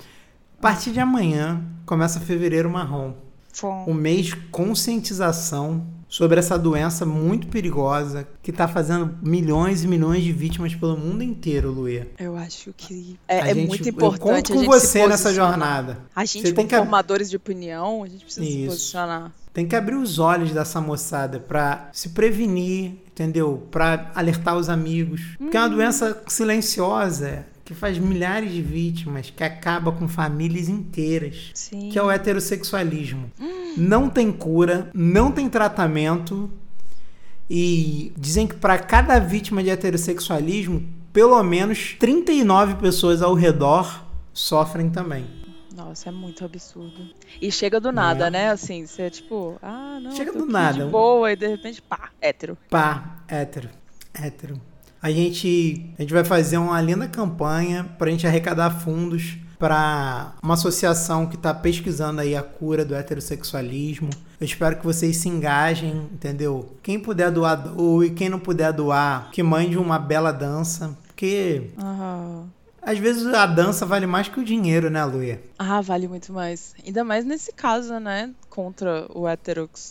Speaker 1: A partir de amanhã começa fevereiro marrom.
Speaker 2: Fom.
Speaker 1: Um mês de conscientização sobre essa doença muito perigosa que tá fazendo milhões e milhões de vítimas pelo mundo inteiro, Luê.
Speaker 2: Eu acho que é,
Speaker 1: A
Speaker 2: é
Speaker 1: gente-
Speaker 2: muito
Speaker 1: eu
Speaker 2: importante
Speaker 1: conto
Speaker 2: a
Speaker 1: com
Speaker 2: gente se
Speaker 1: você nessa
Speaker 2: posicionar.
Speaker 1: jornada.
Speaker 2: A gente,
Speaker 1: Você tem
Speaker 2: como
Speaker 1: que-
Speaker 2: formadores de opinião, a gente precisa se
Speaker 1: Isso.
Speaker 2: posicionar.
Speaker 1: Tem que abrir os olhos dessa moçada pra se prevenir, entendeu? Pra alertar os amigos. Porque é uma doença silenciosa que faz milhares de vítimas, que acaba com famílias inteiras.
Speaker 2: Sim.
Speaker 1: Que é o heterossexualismo. Não tem cura, não tem tratamento. E dizem que pra cada vítima de heterossexualismo, pelo menos 39 pessoas ao redor sofrem também.
Speaker 2: Nossa, é muito absurdo. E chega do nada,
Speaker 1: Né?
Speaker 2: né? Assim, você é tipo, ah, não.
Speaker 1: Chega
Speaker 2: tô
Speaker 1: do
Speaker 2: aqui
Speaker 1: nada. um
Speaker 2: De boa, e de repente, pá, hétero.
Speaker 1: Pá, hétero. Hétero. A gente, a gente vai fazer uma linda campanha pra gente arrecadar fundos pra uma associação que tá pesquisando aí a cura do heterossexualismo. Eu espero que vocês se engajem, entendeu? Quem puder doar, doe. Quem não puder doar, que mande uma bela dança. Porque
Speaker 2: Ah.
Speaker 1: às vezes a dança vale mais que o dinheiro, né, Luia?
Speaker 2: Ah, vale muito mais. Ainda mais nesse caso, né? Contra o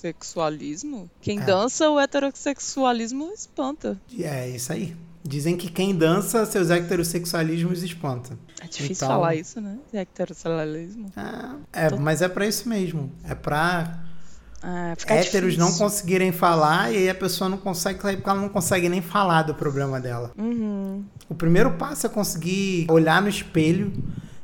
Speaker 2: heterossexualismo. Quem
Speaker 1: É.
Speaker 2: dança o heterossexualismo espanta.
Speaker 1: É isso aí. Dizem que quem dança, seus heterossexualismos espanta.
Speaker 2: É difícil
Speaker 1: Então-
Speaker 2: falar isso, né? Heterossexualismo.
Speaker 1: Ah, É, mas é pra isso mesmo. É pra
Speaker 2: Ah, fica
Speaker 1: héteros
Speaker 2: difícil.
Speaker 1: não conseguirem falar e aí a pessoa não consegue sair porque ela não consegue nem falar do problema dela.
Speaker 2: Uhum.
Speaker 1: O primeiro passo é conseguir olhar no espelho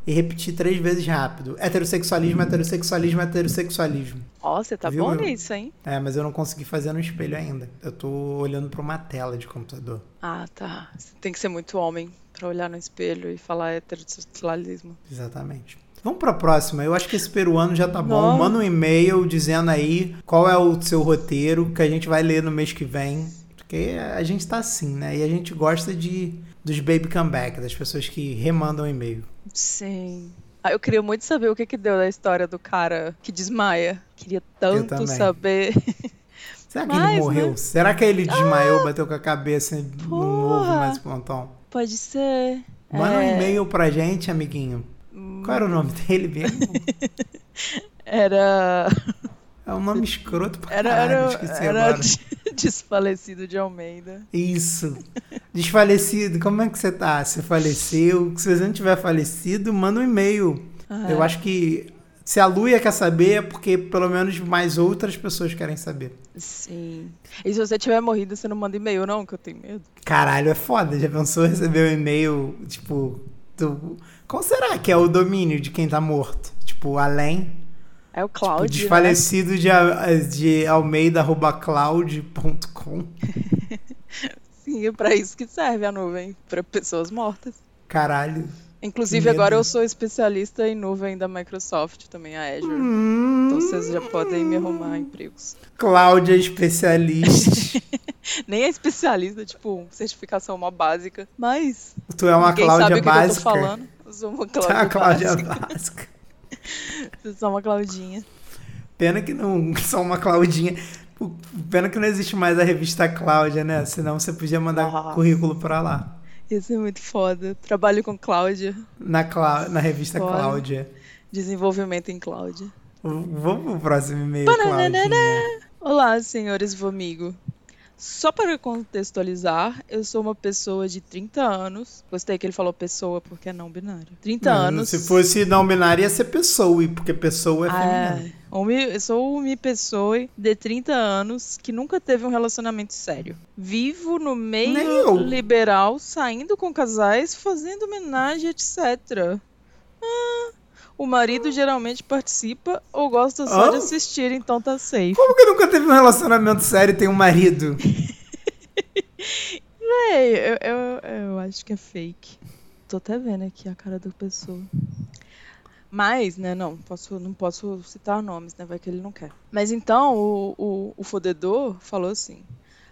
Speaker 1: e repetir três vezes rápido: heterossexualismo, heterossexualismo, heterossexualismo.
Speaker 2: Ó, você tá
Speaker 1: Viu,
Speaker 2: bom
Speaker 1: Ana?
Speaker 2: nisso, hein?
Speaker 1: É, mas eu não consegui fazer no espelho ainda. Eu tô olhando pra uma tela de computador.
Speaker 2: Ah, tá. Você tem que ser muito homem pra olhar no espelho e falar heterossexualismo.
Speaker 1: Exatamente. Vamos pra próxima. Eu acho que esse peruano já tá bom.
Speaker 2: Não.
Speaker 1: Manda um e-mail dizendo aí qual é o seu roteiro que a gente vai ler no mês que vem. Porque a gente tá assim, né? E a gente gosta de dos baby comeback, das pessoas que remandam e-mail.
Speaker 2: Sim. Ah, eu queria muito saber o que que deu da história do cara que desmaia. Queria tanto
Speaker 1: também.
Speaker 2: saber.
Speaker 1: Será que ele
Speaker 2: Mas,
Speaker 1: morreu?
Speaker 2: né?
Speaker 1: Será que ele desmaiou, bateu com a cabeça no ovo
Speaker 2: Porra!
Speaker 1: mais plantão?
Speaker 2: Pode ser.
Speaker 1: Manda
Speaker 2: É.
Speaker 1: um e-mail pra gente, amiguinho. Qual era o nome dele mesmo?
Speaker 2: Era.
Speaker 1: É um nome escroto pra
Speaker 2: Era,
Speaker 1: caralho,
Speaker 2: era,
Speaker 1: esqueci
Speaker 2: era
Speaker 1: agora.
Speaker 2: de- desfalecido de Almeida.
Speaker 1: Isso. Desfalecido, como é que você tá? Você faleceu? Se você não tiver falecido, manda um e-mail.
Speaker 2: Ah,
Speaker 1: Eu acho que se a Luia quer saber, é porque pelo menos mais outras pessoas querem saber.
Speaker 2: Ah, Sim. E se você tiver morrido, você não manda e-mail, não, que eu tenho medo.
Speaker 1: Caralho, é foda. Já pensou receber um e-mail, tipo, do... Qual será que é o domínio de quem tá morto? Tipo, além.
Speaker 2: É o
Speaker 1: Tipo,
Speaker 2: Cláudio. né?
Speaker 1: desfalecido de, a- de almeida.cloud.com.
Speaker 2: Sim, é pra isso que serve a nuvem pra pessoas mortas.
Speaker 1: Caralho.
Speaker 2: Inclusive,
Speaker 1: Medo.
Speaker 2: agora eu sou especialista em nuvem da Microsoft, também a Azure. Então vocês já podem me arrumar empregos.
Speaker 1: Cláudia é especialista.
Speaker 2: Nem é especialista, tipo, certificação uma básica. Mas
Speaker 1: tu é uma
Speaker 2: quem
Speaker 1: Cláudia
Speaker 2: sabe o que, que eu tô
Speaker 1: básica.
Speaker 2: falando? Eu sou uma
Speaker 1: Tá,
Speaker 2: Cláudia.
Speaker 1: Cláudia
Speaker 2: básica.
Speaker 1: Vasca.
Speaker 2: Eu sou uma Claudinha.
Speaker 1: Pena que não só uma Claudinha. O- Pena que não existe mais a revista Cláudia, né? Senão você podia mandar
Speaker 2: Nossa.
Speaker 1: currículo pra lá.
Speaker 2: Ia ser muito foda. Trabalho com Cláudia.
Speaker 1: Na, Clá... na revista
Speaker 2: Foda.
Speaker 1: Cláudia.
Speaker 2: Desenvolvimento em Cláudia.
Speaker 1: Vamos pro próximo e-mail, Claudinha.
Speaker 2: Olá, senhores vomigo. Só para contextualizar, eu sou uma pessoa de 30 anos. Gostei que ele falou pessoa porque é não binário. 30 anos.
Speaker 1: Se fosse não binário, ia ser pessoa, e porque pessoa é
Speaker 2: Ah,
Speaker 1: feminina.
Speaker 2: uma- eu sou uma pessoa de 30 anos que nunca teve um relacionamento sério. Vivo no
Speaker 1: Nem eu.
Speaker 2: meio liberal, saindo com casais, fazendo homenagem, etc. Ah, o marido geralmente participa ou gosta só
Speaker 1: Ah?
Speaker 2: de assistir, então tá safe.
Speaker 1: Como que nunca teve um relacionamento sério e tem um marido?
Speaker 2: Véi, eu, eu, eu acho que é fake. Tô até vendo aqui a cara da pessoa. Mas, né, não, posso, não posso citar nomes, né? Vai que ele não quer. Mas então, o, o, o fodedor falou assim.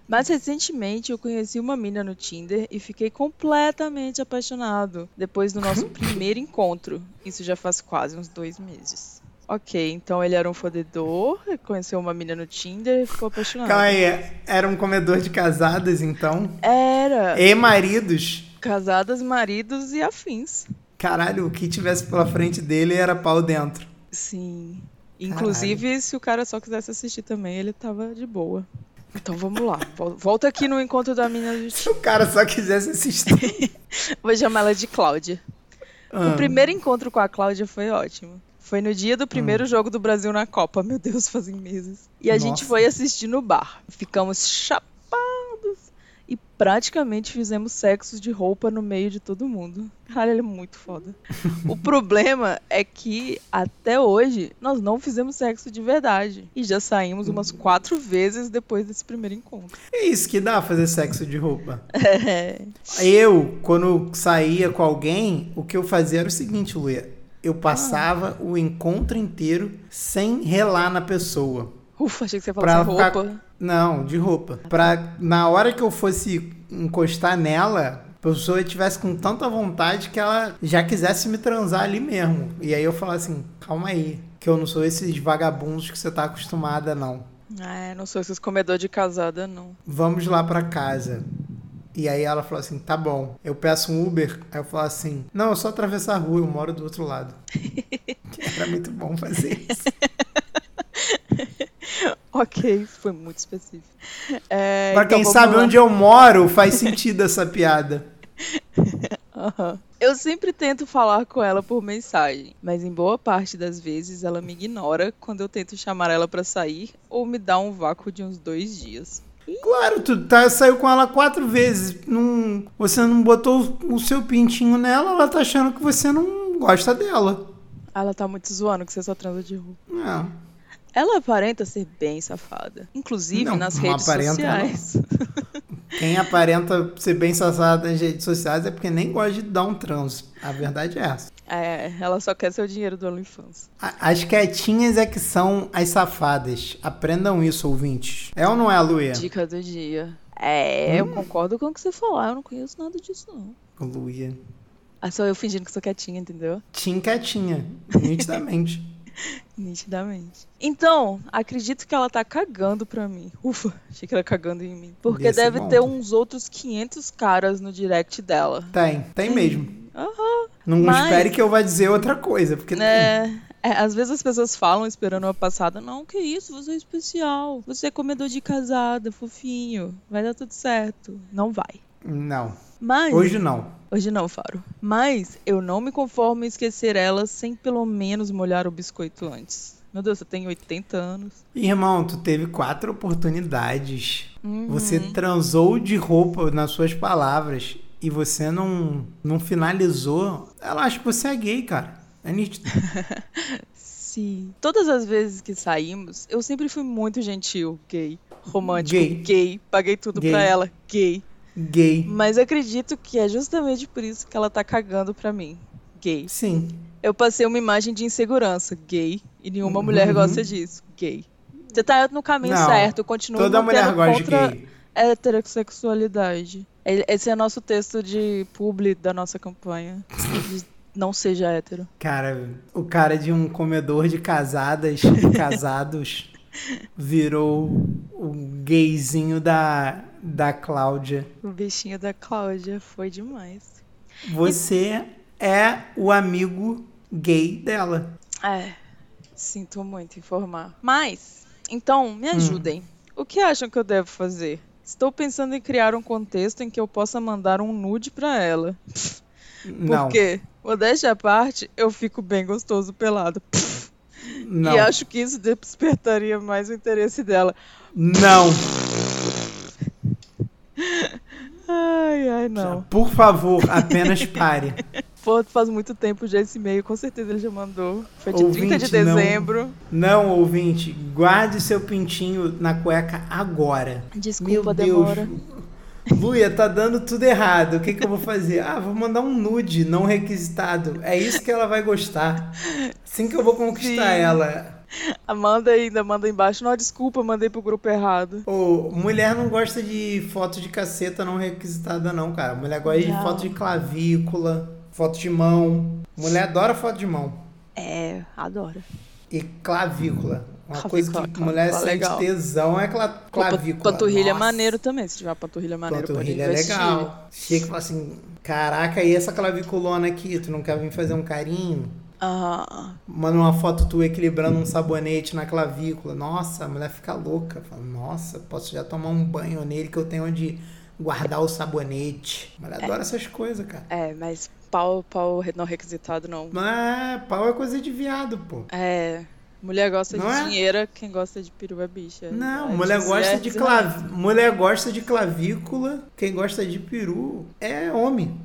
Speaker 2: Mas recentemente eu conheci uma mina no Tinder e fiquei completamente apaixonado depois do nosso primeiro encontro. Isso já faz quase uns dois meses. Ok, então ele era um fodedor, conheceu uma mina no Tinder e ficou apaixonado.
Speaker 1: Calma aí, era um comedor de casadas, então?
Speaker 2: Era.
Speaker 1: E maridos?
Speaker 2: casadas, maridos e afins.
Speaker 1: Caralho, o que tivesse pela frente dele era pau dentro.
Speaker 2: Sim. Inclusive, se o cara só quisesse assistir também, ele tava de boa. Então vamos lá. Vol- Volta aqui no encontro da mina. do
Speaker 1: Se o cara só quisesse assistir.
Speaker 2: Vou chamar ela de Cláudia.
Speaker 1: Ah,
Speaker 2: O primeiro encontro com a Cláudia foi ótimo. Foi no dia do primeiro jogo do Brasil na Copa. Meu Deus, fazem meses. E a gente
Speaker 1: Ah. Nossa.
Speaker 2: foi assistir no bar. Ficamos chapados e praticamente fizemos sexo de roupa no meio de todo mundo. Caralho, ele é muito foda. o problema é que até hoje nós não fizemos sexo de verdade. E já saímos umas
Speaker 1: Hum.
Speaker 2: quatro vezes depois desse primeiro encontro.
Speaker 1: É isso que dá fazer sexo de roupa.
Speaker 2: É.
Speaker 1: Eu, quando saía com alguém, o que eu fazia era o seguinte, Luia. Eu passava o encontro inteiro sem relar na pessoa.
Speaker 2: Ufa, achei que você ia
Speaker 1: Pra
Speaker 2: falar assim,
Speaker 1: ela ficar-
Speaker 2: roupa.
Speaker 1: Não, de roupa. Pra na hora que eu fosse encostar nela, a pessoa estivesse com tanta vontade que ela já quisesse me transar ali mesmo. E aí eu falava assim, calma aí, que eu não sou esses vagabundos que você tá acostumada, não.
Speaker 2: É, não sou esses comedor de casada, não.
Speaker 1: Vamos lá pra casa. E aí ela falou assim, tá bom. Eu peço um Uber. Aí eu falo assim, não, é só atravessar a rua, eu moro do outro lado. Era muito bom fazer isso.
Speaker 2: Ok, isso foi muito específico. É,
Speaker 1: pra
Speaker 2: então
Speaker 1: quem
Speaker 2: vamos
Speaker 1: sabe
Speaker 2: lá.
Speaker 1: onde eu moro, faz sentido essa piada.
Speaker 2: Aham. Eu sempre tento falar com ela por mensagem, mas em boa parte das vezes ela me ignora quando eu tento chamar ela pra sair ou me dá um vácuo de uns dois dias.
Speaker 1: Claro, tu tá, saiu com ela quatro vezes. Não, você não botou o seu pintinho nela, ela tá achando que você não gosta dela.
Speaker 2: Ah, Ela tá muito zoando que você só transa de roupa.
Speaker 1: Não.
Speaker 2: Ela aparenta ser bem safada, inclusive
Speaker 1: Não,
Speaker 2: nas
Speaker 1: não
Speaker 2: redes
Speaker 1: aparenta,
Speaker 2: sociais.
Speaker 1: Quem aparenta ser bem safada nas redes sociais é porque nem gosta de dar um transo. A verdade é essa.
Speaker 2: É, ela só quer seu dinheiro do OnlyFans.
Speaker 1: A- As quietinhas é que são as safadas. Aprendam isso, ouvintes. É ou não é, Hum. Luia?
Speaker 2: Dica do dia. É, eu concordo com o que você falar, eu não conheço nada disso não.
Speaker 1: Luia.
Speaker 2: Ah, só eu fingindo que sou quietinha, entendeu?
Speaker 1: Tim quietinha, nitidamente.
Speaker 2: Nitidamente. Então, acredito que ela tá cagando pra mim. Ufa, achei que era cagando em mim. Porque
Speaker 1: Ia ser
Speaker 2: deve
Speaker 1: bom.
Speaker 2: ter uns outros 500 caras no direct dela.
Speaker 1: tem, tem mesmo.
Speaker 2: Aham.
Speaker 1: Não
Speaker 2: Mas-
Speaker 1: espere que eu vá dizer outra coisa, porque tem.
Speaker 2: É, é, às vezes as pessoas falam esperando uma passada. Não, que isso, você é especial. Você é comedor de casada, fofinho. Vai dar tudo certo. Não vai.
Speaker 1: Não,
Speaker 2: Mas.
Speaker 1: hoje não.
Speaker 2: Hoje não, Faro. Mas eu não me conformo em esquecer ela sem pelo menos molhar o biscoito antes. Meu Deus, eu tenho 80 anos.
Speaker 1: Irmão, tu teve quatro oportunidades.
Speaker 2: Uhum.
Speaker 1: Você transou de roupa nas suas palavras e você não, não finalizou. Ela acha que você é gay, cara. É nítido.
Speaker 2: Sim. Todas as vezes que saímos, eu sempre fui muito gentil, gay, romântico,
Speaker 1: Gay.
Speaker 2: gay, paguei tudo
Speaker 1: Gay.
Speaker 2: pra ela, gay.
Speaker 1: Gay.
Speaker 2: Mas acredito que é justamente por isso que ela tá cagando pra mim, gay.
Speaker 1: Sim.
Speaker 2: Eu passei uma imagem de insegurança, gay, e nenhuma
Speaker 1: Uhum.
Speaker 2: mulher gosta disso, gay. Você tá no caminho
Speaker 1: Não,
Speaker 2: certo, continua
Speaker 1: Toda mulher
Speaker 2: mantendo
Speaker 1: gosta
Speaker 2: contra
Speaker 1: de gay.
Speaker 2: a heterossexualidade. E- Esse é nosso texto de publi da nossa campanha. de Não seja hétero.
Speaker 1: Cara, o cara de um comedor de casadas, tipo, casados, virou o gayzinho da, da Cláudia.
Speaker 2: O bichinho da Cláudia foi demais.
Speaker 1: Você é o amigo gay dela.
Speaker 2: É. Sinto muito informar. Mas, então,
Speaker 1: Hum.
Speaker 2: me ajudem. O que acham que eu devo fazer? Estou pensando em criar um contexto em que eu possa mandar um nude pra ela.
Speaker 1: Não,
Speaker 2: Porque, modéstia à parte, eu fico bem gostoso pelado.
Speaker 1: não,
Speaker 2: E acho que isso despertaria mais o interesse dela.
Speaker 1: não.
Speaker 2: Ai, ai, não.
Speaker 1: Por favor, apenas pare.
Speaker 2: Pô, faz muito tempo já esse e-mail, com certeza ele já mandou. Foi de 30 de
Speaker 1: Ouvinte, não.
Speaker 2: dezembro.
Speaker 1: Não, ouvinte, guarde seu pintinho na cueca agora.
Speaker 2: Desculpa,
Speaker 1: Meu Deus.
Speaker 2: demora.
Speaker 1: Luia, tá dando tudo errado. O que, que eu vou fazer? Ah, vou mandar um nude não requisitado. É isso que ela vai gostar. Assim que eu vou conquistar
Speaker 2: Sim.
Speaker 1: ela.
Speaker 2: Amanda ainda manda embaixo. Não, desculpa, mandei pro grupo errado.
Speaker 1: Ô, mulher não gosta de foto de caceta não requisitada, não, cara. Mulher gosta de
Speaker 2: Não.
Speaker 1: foto de clavícula, foto de mão. Mulher adora foto de mão.
Speaker 2: É, adoro.
Speaker 1: E clavícula. Uma
Speaker 2: Clavícula,
Speaker 1: coisa que
Speaker 2: clavícula, Tá
Speaker 1: mulher sente
Speaker 2: legal.
Speaker 1: tesão é cla- clavícula.
Speaker 2: Panturrilha é
Speaker 1: Nossa.
Speaker 2: maneiro também. Se tiver uma panturrilha maneira,
Speaker 1: Panturrilha é
Speaker 2: pode investir.
Speaker 1: legal. Chega e fala assim: caraca, e essa claviculona aqui? Tu não quer vir fazer um carinho?
Speaker 2: Ah,
Speaker 1: Manda uma foto tu equilibrando um sabonete na clavícula. Nossa, a mulher fica louca. Fala, nossa, posso já tomar um banho nele que eu tenho onde guardar o sabonete. A mulher adora essas coisas, cara.
Speaker 2: é, mas pau, pau não requisitado, não.
Speaker 1: Mas pau é coisa de viado, pô.
Speaker 2: É, mulher gosta
Speaker 1: Não
Speaker 2: de
Speaker 1: é?
Speaker 2: dinheira, quem gosta de peru é bicha.
Speaker 1: Não,
Speaker 2: Vai
Speaker 1: mulher
Speaker 2: dizer-
Speaker 1: gosta de
Speaker 2: dizer-
Speaker 1: clav... mulher gosta de clavícula, quem gosta de peru é homem.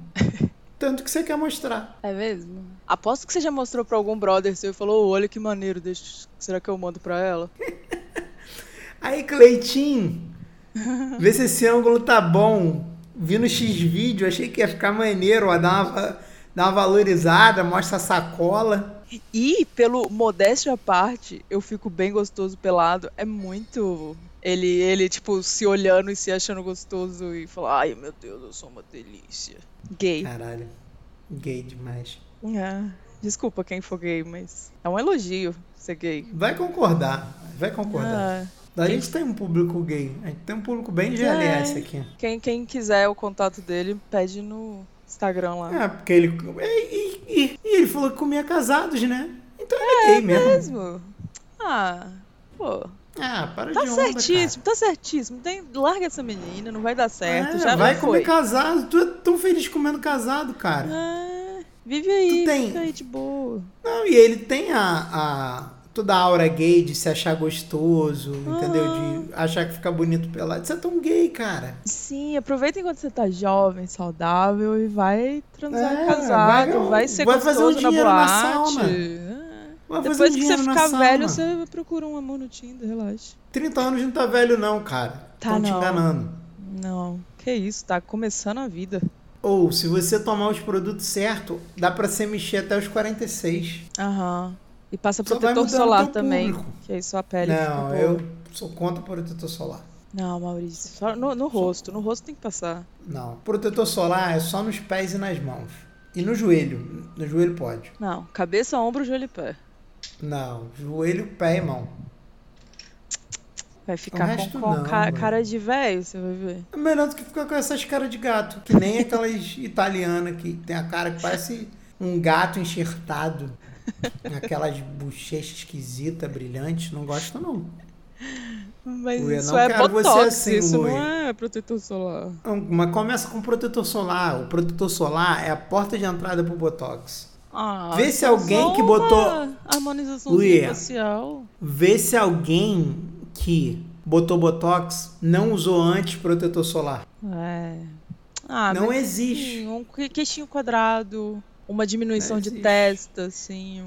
Speaker 1: Tanto que você quer mostrar.
Speaker 2: É mesmo? Aposto que você já mostrou pra algum brother seu e falou, "Ô, olha que maneiro, deixa... será que eu mando pra ela?
Speaker 1: Aí, Cleitinho, vê se esse ângulo tá bom. Vi no X vídeo, achei que ia ficar maneiro, ó, dar uma, va- dar uma valorizada, mostra a sacola.
Speaker 2: E, pelo modéstia à parte, eu fico bem gostoso pelado. É muito. Ele, ele, tipo, se olhando e se achando gostoso e falar, ai meu Deus, eu sou uma delícia. Gay.
Speaker 1: Caralho, gay demais.
Speaker 2: É. Desculpa quem for gay, mas é um elogio ser gay.
Speaker 1: Vai concordar, vai concordar.
Speaker 2: Ah, É.
Speaker 1: a gente tem um público gay, a gente tem um público bem GLS aqui.
Speaker 2: quem, quem quiser o contato dele, pede no Instagram lá.
Speaker 1: Ah, porque ele. E, e- e- e ele falou que comia casados, né? Então ele é gay mesmo.
Speaker 2: mesmo? Ah, pô.
Speaker 1: Ah, para
Speaker 2: Tá
Speaker 1: de onda,
Speaker 2: certíssimo, tá certíssimo. Tem, larga essa menina, não vai dar
Speaker 1: Cara.
Speaker 2: certo.
Speaker 1: É,
Speaker 2: já
Speaker 1: vai
Speaker 2: não
Speaker 1: comer
Speaker 2: foi.
Speaker 1: casado. Tu é tão feliz comendo casado, cara.
Speaker 2: Ah, vive
Speaker 1: Tu
Speaker 2: aí,
Speaker 1: tem-
Speaker 2: fica aí de boa.
Speaker 1: Não, e ele tem a, a- toda a aura gay de se achar gostoso, entendeu?
Speaker 2: Ah.
Speaker 1: De achar que fica bonito pelado. Isso é tão gay, cara.
Speaker 2: Sim, aproveita enquanto você tá jovem, saudável e vai transar
Speaker 1: É,
Speaker 2: casado,
Speaker 1: vai-
Speaker 2: vai, ser
Speaker 1: vai fazer um
Speaker 2: gostoso na
Speaker 1: dinheiro
Speaker 2: boate.
Speaker 1: na sauna.
Speaker 2: Ah,
Speaker 1: Vai fazer
Speaker 2: Depois
Speaker 1: um
Speaker 2: que você
Speaker 1: dinheiro na
Speaker 2: ficar
Speaker 1: sauna.
Speaker 2: velho, você procura um amor no Tinder, relaxa.
Speaker 1: 30 anos não tá velho, não, cara.
Speaker 2: Tá,
Speaker 1: Tão te
Speaker 2: não.
Speaker 1: enganando.
Speaker 2: Não, que isso, tá começando a vida.
Speaker 1: Ou, se você tomar os produtos certo, dá pra ser mexer até os 46.
Speaker 2: Aham. E passa
Speaker 1: Só vai
Speaker 2: protetor
Speaker 1: mudando
Speaker 2: solar
Speaker 1: teu
Speaker 2: também,
Speaker 1: público.
Speaker 2: que aí sua pele É, fica
Speaker 1: não,
Speaker 2: boa.
Speaker 1: eu sou contra o protetor solar.
Speaker 2: Não, Maurício, só no, no rosto, no rosto tem que passar.
Speaker 1: Não, protetor solar é só nos pés e nas mãos. E no joelho. No joelho pode.
Speaker 2: Não, cabeça, ombro, joelho e pé.
Speaker 1: Não, joelho, pé e mão.
Speaker 2: Vai ficar com,
Speaker 1: resto
Speaker 2: com
Speaker 1: não,
Speaker 2: ca-
Speaker 1: mano.
Speaker 2: cara de velho, você vai ver.
Speaker 1: É melhor do que ficar com essas caras de gato. Que nem aquelas italianas que tem a cara que parece um gato enxertado. Aquelas bochechas esquisitas, brilhantes. Não gosto, não.
Speaker 2: Mas
Speaker 1: Luia,
Speaker 2: isso
Speaker 1: não
Speaker 2: é
Speaker 1: quero você
Speaker 2: botox,
Speaker 1: assim,
Speaker 2: isso não
Speaker 1: Luia.
Speaker 2: é protetor solar.
Speaker 1: Então, Mas começa com protetor solar. O protetor solar é a porta de entrada pro Botox.
Speaker 2: Ah,
Speaker 1: Vê se
Speaker 2: só
Speaker 1: alguém que
Speaker 2: uma
Speaker 1: botou-
Speaker 2: harmonização
Speaker 1: Luia.
Speaker 2: facial.
Speaker 1: Vê se alguém que botou Botox não usou antes protetor solar.
Speaker 2: É. Ah,
Speaker 1: não
Speaker 2: mas
Speaker 1: existe.
Speaker 2: assim, um que- queixinho quadrado, uma diminuição
Speaker 1: Não
Speaker 2: de
Speaker 1: existe.
Speaker 2: testa, assim,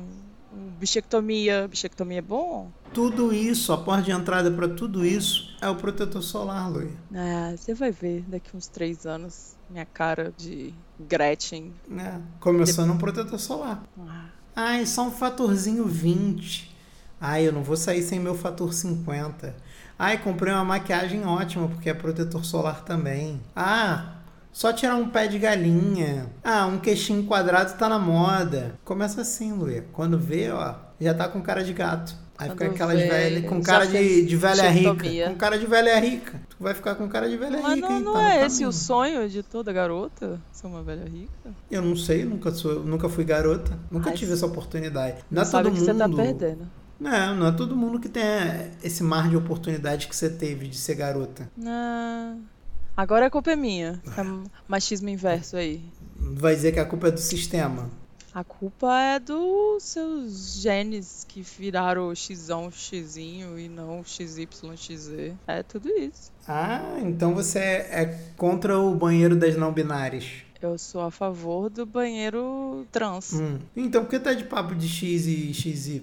Speaker 2: um, um bichectomia. Bichectomia é bom?
Speaker 1: Tudo isso, a porta de entrada pra tudo isso é o protetor solar, Luia.
Speaker 2: Ah, você vai ver daqui uns três anos minha cara de Gretchen.
Speaker 1: né? Começou num protetor solar.
Speaker 2: Ah,
Speaker 1: Ai, só um fatorzinho 20. Ai, eu não vou sair sem meu fator 50. Ai, comprei uma maquiagem ótima, porque é protetor solar também. Ah, só tirar um pé de galinha. Ah, um queixinho quadrado tá na moda. Começa assim, Luia. Quando vê, ó, já tá com cara de gato. Aí
Speaker 2: Quando
Speaker 1: fica aquelas
Speaker 2: vê,
Speaker 1: velhas com
Speaker 2: já
Speaker 1: cara de,
Speaker 2: fez
Speaker 1: de velha rica.
Speaker 2: vasectomia.
Speaker 1: Com cara de velha rica. Tu vai ficar com cara de velha
Speaker 2: Mas
Speaker 1: rica,
Speaker 2: não,
Speaker 1: hein?
Speaker 2: não
Speaker 1: Tá no
Speaker 2: é esse
Speaker 1: caminho.
Speaker 2: o sonho de toda garota? Ser uma velha rica?
Speaker 1: Eu não sei, nunca, sou, nunca fui garota. Nunca
Speaker 2: Ai,
Speaker 1: tive essa oportunidade. Não
Speaker 2: Não
Speaker 1: é todo
Speaker 2: sabe o que
Speaker 1: mundo.
Speaker 2: você tá perdendo.
Speaker 1: Não, não é todo mundo que tem esse mar de oportunidade que você teve de ser garota.
Speaker 2: Ah, agora a culpa é minha. É um machismo inverso aí.
Speaker 1: Vai dizer que a culpa é do sistema.
Speaker 2: A culpa é dos seus genes que viraram xão, xizinho e não xy, xz. É tudo isso.
Speaker 1: Ah, então você é contra o banheiro das não binárias.
Speaker 2: Eu sou a favor do banheiro trans.
Speaker 1: Hum. Então por que tá de papo de X e XY?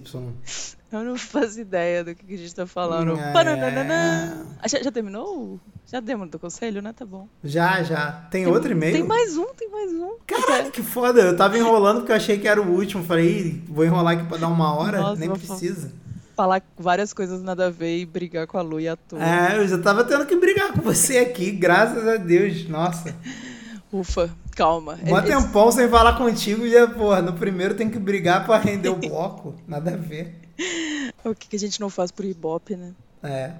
Speaker 2: Eu não faço ideia do que que a gente tá falando.
Speaker 1: É.
Speaker 2: Pananana. Ah, Já, já terminou? Já demos do conselho, né? Tá bom.
Speaker 1: Já, já. Tem, outro e-mail?
Speaker 2: Tem mais um, tem mais um.
Speaker 1: Caralho, que foda. Eu tava enrolando porque eu achei que era o último. Falei, "Ih, vou enrolar aqui pra dar uma hora.
Speaker 2: Nossa,
Speaker 1: Nem
Speaker 2: vou
Speaker 1: precisa.
Speaker 2: Falar várias coisas nada a ver e brigar com a Lu e a toa.
Speaker 1: É, eu já tava tendo que brigar com você aqui, graças a Deus. Nossa.
Speaker 2: Ufa, calma.
Speaker 1: Mó
Speaker 2: Esse-
Speaker 1: tempão sem falar contigo e, porra, no primeiro tem que brigar pra render o bloco. Nada a ver.
Speaker 2: O que, que a gente não faz pro Ibope, né?
Speaker 1: É.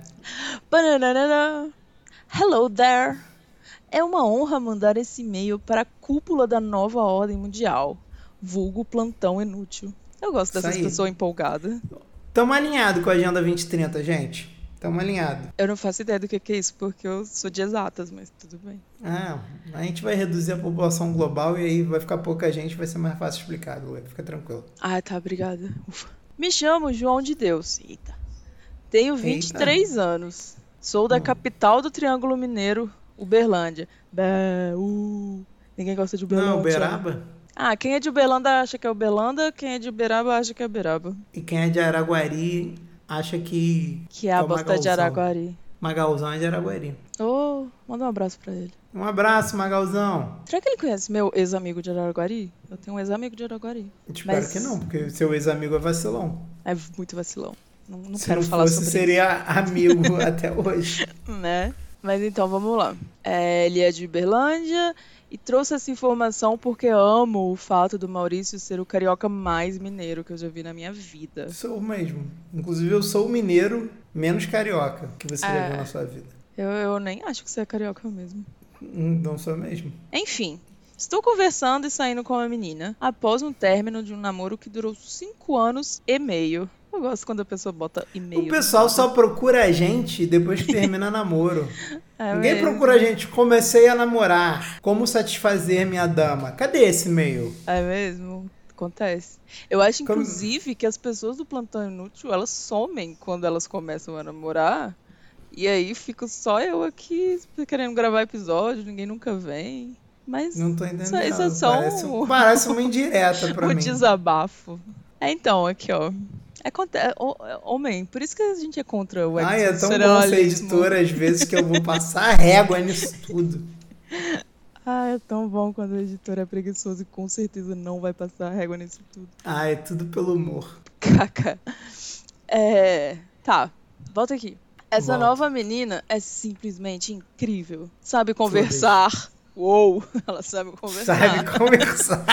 Speaker 2: Bananana. Hello there! É uma honra mandar esse e-mail para a cúpula da nova ordem mundial, vulgo plantão inútil. Eu
Speaker 1: Isso
Speaker 2: gosto dessas
Speaker 1: aí.
Speaker 2: pessoas empolgadas.
Speaker 1: Tamo alinhado com a Agenda 2030, gente. Tamo alinhado.
Speaker 2: Eu não faço ideia do que que é isso, porque eu sou de exatas, mas tudo bem.
Speaker 1: Ah, a gente vai reduzir a população global e aí vai ficar pouca gente, vai ser mais fácil explicar, Luê. Fica tranquilo.
Speaker 2: Ah, tá, obrigada. Ufa. Me chamo João de Deus. Eita. Tenho 23 anos. Sou
Speaker 1: Hum.
Speaker 2: da capital do Triângulo Mineiro, Uberlândia. Bé, uh. Ninguém gosta de Uberlândia.
Speaker 1: Não, Uberaba?
Speaker 2: Ah, quem é de Uberlândia acha que é Uberlândia, quem é de Uberaba acha que é Uberaba.
Speaker 1: E quem é de Araguari acha que.
Speaker 2: Que é a
Speaker 1: o
Speaker 2: bosta de
Speaker 1: Magalzão.
Speaker 2: Araguari.
Speaker 1: Magalzão é de Araguari.
Speaker 2: Ô, manda um abraço pra ele.
Speaker 1: Um abraço, Magalzão.
Speaker 2: Será que ele conhece meu ex-amigo de Araguari? Eu tenho um ex-amigo de Araguari.
Speaker 1: Eu espero
Speaker 2: Mas-
Speaker 1: que não, porque seu ex-amigo é vacilão.
Speaker 2: É muito vacilão. Não, não
Speaker 1: Se
Speaker 2: quero
Speaker 1: não
Speaker 2: falar
Speaker 1: fosse,
Speaker 2: sobre
Speaker 1: seria amigo até hoje.
Speaker 2: isso, né? Mas então, vamos lá. É, ele é de Uberlândia e trouxe essa informação porque amo o fato do Maurício ser o carioca mais mineiro que eu já vi na minha vida.
Speaker 1: Sou mesmo. Inclusive, eu sou o mineiro menos carioca que você já
Speaker 2: É.
Speaker 1: viu na sua vida.
Speaker 2: Eu, eu nem acho que você é carioca mesmo.
Speaker 1: Hum, Não sou mesmo.
Speaker 2: Enfim, estou conversando e saindo com uma menina após um término de um namoro que durou cinco anos e meio. Eu gosto quando a pessoa bota e-mail.
Speaker 1: O pessoal só procura a gente depois que termina namoro.
Speaker 2: É
Speaker 1: Ninguém
Speaker 2: mesmo.
Speaker 1: procura a gente. Comecei a namorar. Como satisfazer minha dama? Cadê esse e-mail?
Speaker 2: É mesmo? Acontece. Eu acho,
Speaker 1: Como-
Speaker 2: inclusive, que as pessoas do plantão inútil, elas somem quando elas começam a namorar. E aí fico só eu aqui querendo gravar episódio, ninguém nunca vem. Mas
Speaker 1: Não tô entendendo.
Speaker 2: isso é só
Speaker 1: parece,
Speaker 2: um-
Speaker 1: parece uma indireta pra
Speaker 2: o
Speaker 1: mim.
Speaker 2: desabafo. É então, aqui, ó. É Acontece. Homem, por isso que a gente é contra o
Speaker 1: Ai, é tão bom ser
Speaker 2: excepcionalismo.
Speaker 1: editora às vezes que eu vou passar régua nisso tudo.
Speaker 2: Ah, é tão bom quando o editor é preguiçoso e com certeza não vai passar régua nisso tudo.
Speaker 1: Ai, é tudo pelo humor.
Speaker 2: Caca. É. Tá, volta aqui. Essa
Speaker 1: Volta.
Speaker 2: nova menina é simplesmente incrível. Sabe conversar. Uou, ela sabe conversar.
Speaker 1: Sabe conversar.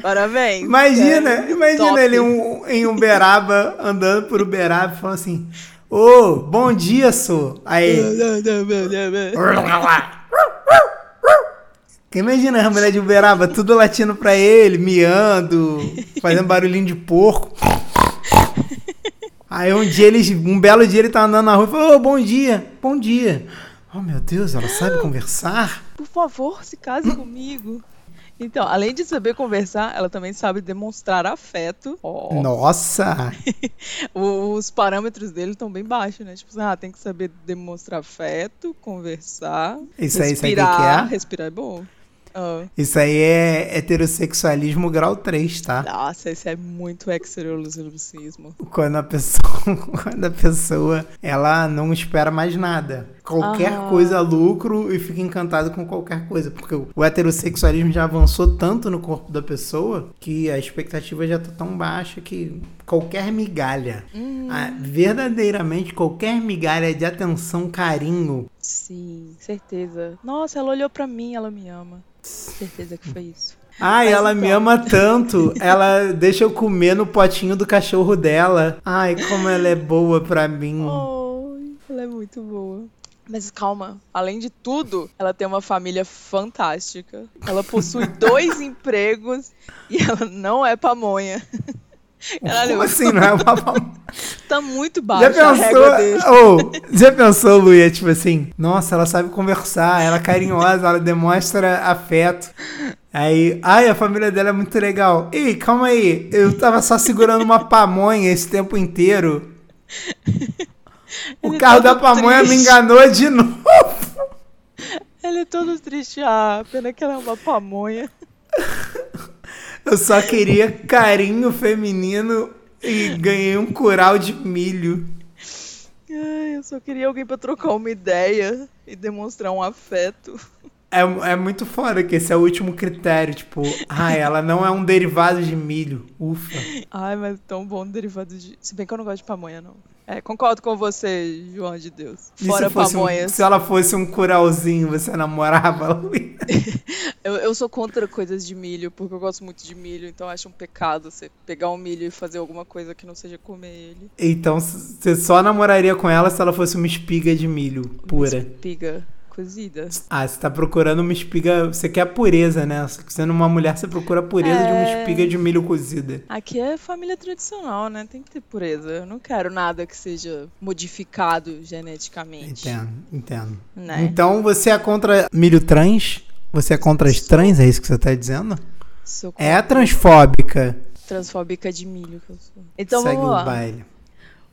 Speaker 2: Parabéns.
Speaker 1: Imagina,
Speaker 2: cara.
Speaker 1: imagina
Speaker 2: Top.
Speaker 1: ele um- em Uberaba, andando por Uberaba, e falando assim: Ô, bom dia, sou. Aí.
Speaker 2: É.
Speaker 1: Imagina a mulher de Uberaba, tudo latindo pra ele, miando, fazendo barulhinho de porco. Aí um dia ele, um belo dia ele tá andando na rua e falou: Ô, bom dia, bom dia. Oh, meu Deus, ela sabe conversar?
Speaker 2: Por favor, se case comigo. Então, além de saber conversar, ela também sabe demonstrar afeto. Ó.
Speaker 1: Nossa!
Speaker 2: O- os parâmetros dele estão bem baixos, né? Tipo, assim, ah, tem que saber demonstrar afeto, conversar,
Speaker 1: Isso aí, sabe o que que
Speaker 2: respirar.
Speaker 1: é?
Speaker 2: Respirar é bom. Ah,
Speaker 1: Isso aí é heterossexualismo grau 3, tá?
Speaker 2: nossa, isso é muito exteriorlucismo.
Speaker 1: quando a pessoa quando a pessoa ela não espera mais nada qualquer
Speaker 2: Aham.
Speaker 1: coisa lucro e fica encantada com qualquer coisa porque o heterossexualismo já avançou tanto no corpo da pessoa que a expectativa já tá tão baixa que qualquer migalha ah, verdadeiramente qualquer migalha de atenção carinho
Speaker 2: Sim, certeza. Nossa, ela olhou pra mim, ela me ama. Certeza que foi isso.
Speaker 1: Ai,
Speaker 2: Mas
Speaker 1: ela me
Speaker 2: então-
Speaker 1: ama tanto. Ela deixa eu comer no potinho do cachorro dela. Ai, como ela é boa pra mim.
Speaker 2: Oh, Oi, ela é muito boa. Mas calma, além de tudo, ela tem uma família fantástica. Ela possui dois empregos e ela não é pamonha. Caralho.
Speaker 1: Como assim, não é uma palma?
Speaker 2: Tá muito
Speaker 1: Já
Speaker 2: baixo a régua dele.
Speaker 1: pensou, ou, já pensou, Luia, tipo assim, nossa, ela sabe conversar, ela é carinhosa, ela demonstra afeto. Aí, ai, a família dela é muito legal. Ei, calma aí, eu tava só segurando uma pamonha esse tempo inteiro. O
Speaker 2: Ele
Speaker 1: carro da
Speaker 2: tava
Speaker 1: pamonha me
Speaker 2: triste.
Speaker 1: enganou de novo.
Speaker 2: Ele é todo triste. Ah, pena que ela é uma pamonha.
Speaker 1: Eu só queria carinho feminino e ganhei um curau de milho.
Speaker 2: Ai, eu só queria alguém pra trocar uma ideia e demonstrar um afeto.
Speaker 1: É, é muito foda que esse é o último critério, tipo, ai, ela não é um derivado de milho. Ufa.
Speaker 2: Ai, mas é tão bom derivado de. Se bem que eu não gosto de pamonha, não. É, concordo com você, João de Deus.
Speaker 1: E
Speaker 2: Fora
Speaker 1: se fosse um-
Speaker 2: pamonhas.
Speaker 1: se ela fosse um curauzinho, você namorava Luiz?
Speaker 2: Eu, eu sou contra coisas de milho, porque eu gosto muito de milho, então acho um pecado você pegar um milho e fazer alguma coisa que não seja comer ele.
Speaker 1: Então s- você só namoraria com ela se ela fosse uma espiga de milho pura.
Speaker 2: Espiga cozida.
Speaker 1: Ah, você tá procurando uma espiga. Você quer a pureza, né? Sendo uma mulher, você procura a pureza de uma
Speaker 2: É.
Speaker 1: espiga de milho cozida.
Speaker 2: Aqui é família tradicional, né? Tem que ter pureza. Eu não quero nada que seja modificado geneticamente.
Speaker 1: Entendo, entendo.
Speaker 2: Né?
Speaker 1: Então você é contra milho trans? Você é contra as trans? É isso que você tá dizendo?
Speaker 2: Sou contra
Speaker 1: É transfóbica.
Speaker 2: transfóbica de milho que eu sou. Então
Speaker 1: Segue
Speaker 2: vamos
Speaker 1: o
Speaker 2: lá.
Speaker 1: baile.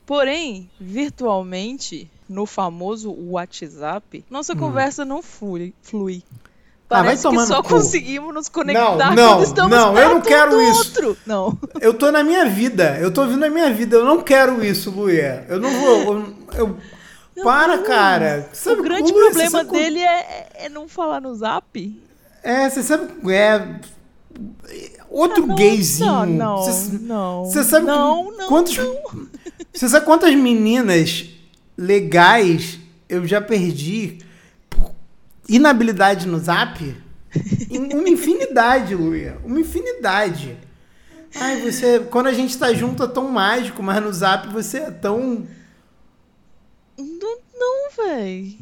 Speaker 2: Porém, virtualmente, no famoso WhatsApp, nossa conversa não flui. flui.
Speaker 1: Hum. Ah, vai
Speaker 2: Parece que
Speaker 1: tomar
Speaker 2: só
Speaker 1: no cu.
Speaker 2: conseguimos nos conectar
Speaker 1: Não, não,
Speaker 2: quando estamos
Speaker 1: não, eu
Speaker 2: perto
Speaker 1: não
Speaker 2: um
Speaker 1: quero
Speaker 2: do
Speaker 1: isso.
Speaker 2: outro. Não.
Speaker 1: Eu tô na minha vida, eu tô vindo a minha vida, eu não quero isso, Luia. Eu não vou. Eu, eu- Para, cara. Sabe,
Speaker 2: o grande
Speaker 1: Luia, você
Speaker 2: problema
Speaker 1: sabe qual-
Speaker 2: dele é, é não falar no zap.
Speaker 1: É, você sabe. É. Outro
Speaker 2: Nossa,
Speaker 1: gayzinho.
Speaker 2: Ah, Não,
Speaker 1: Você-
Speaker 2: não.
Speaker 1: Você sabe
Speaker 2: não,
Speaker 1: com-
Speaker 2: não,
Speaker 1: quantos, Você sabe quantas meninas legais eu já perdi por inabilidade no zap? Em- Uma infinidade, Luia. Uma infinidade. Ai, você. Quando a gente tá junto é tão mágico, mas no zap você é tão.
Speaker 2: Não, não véi.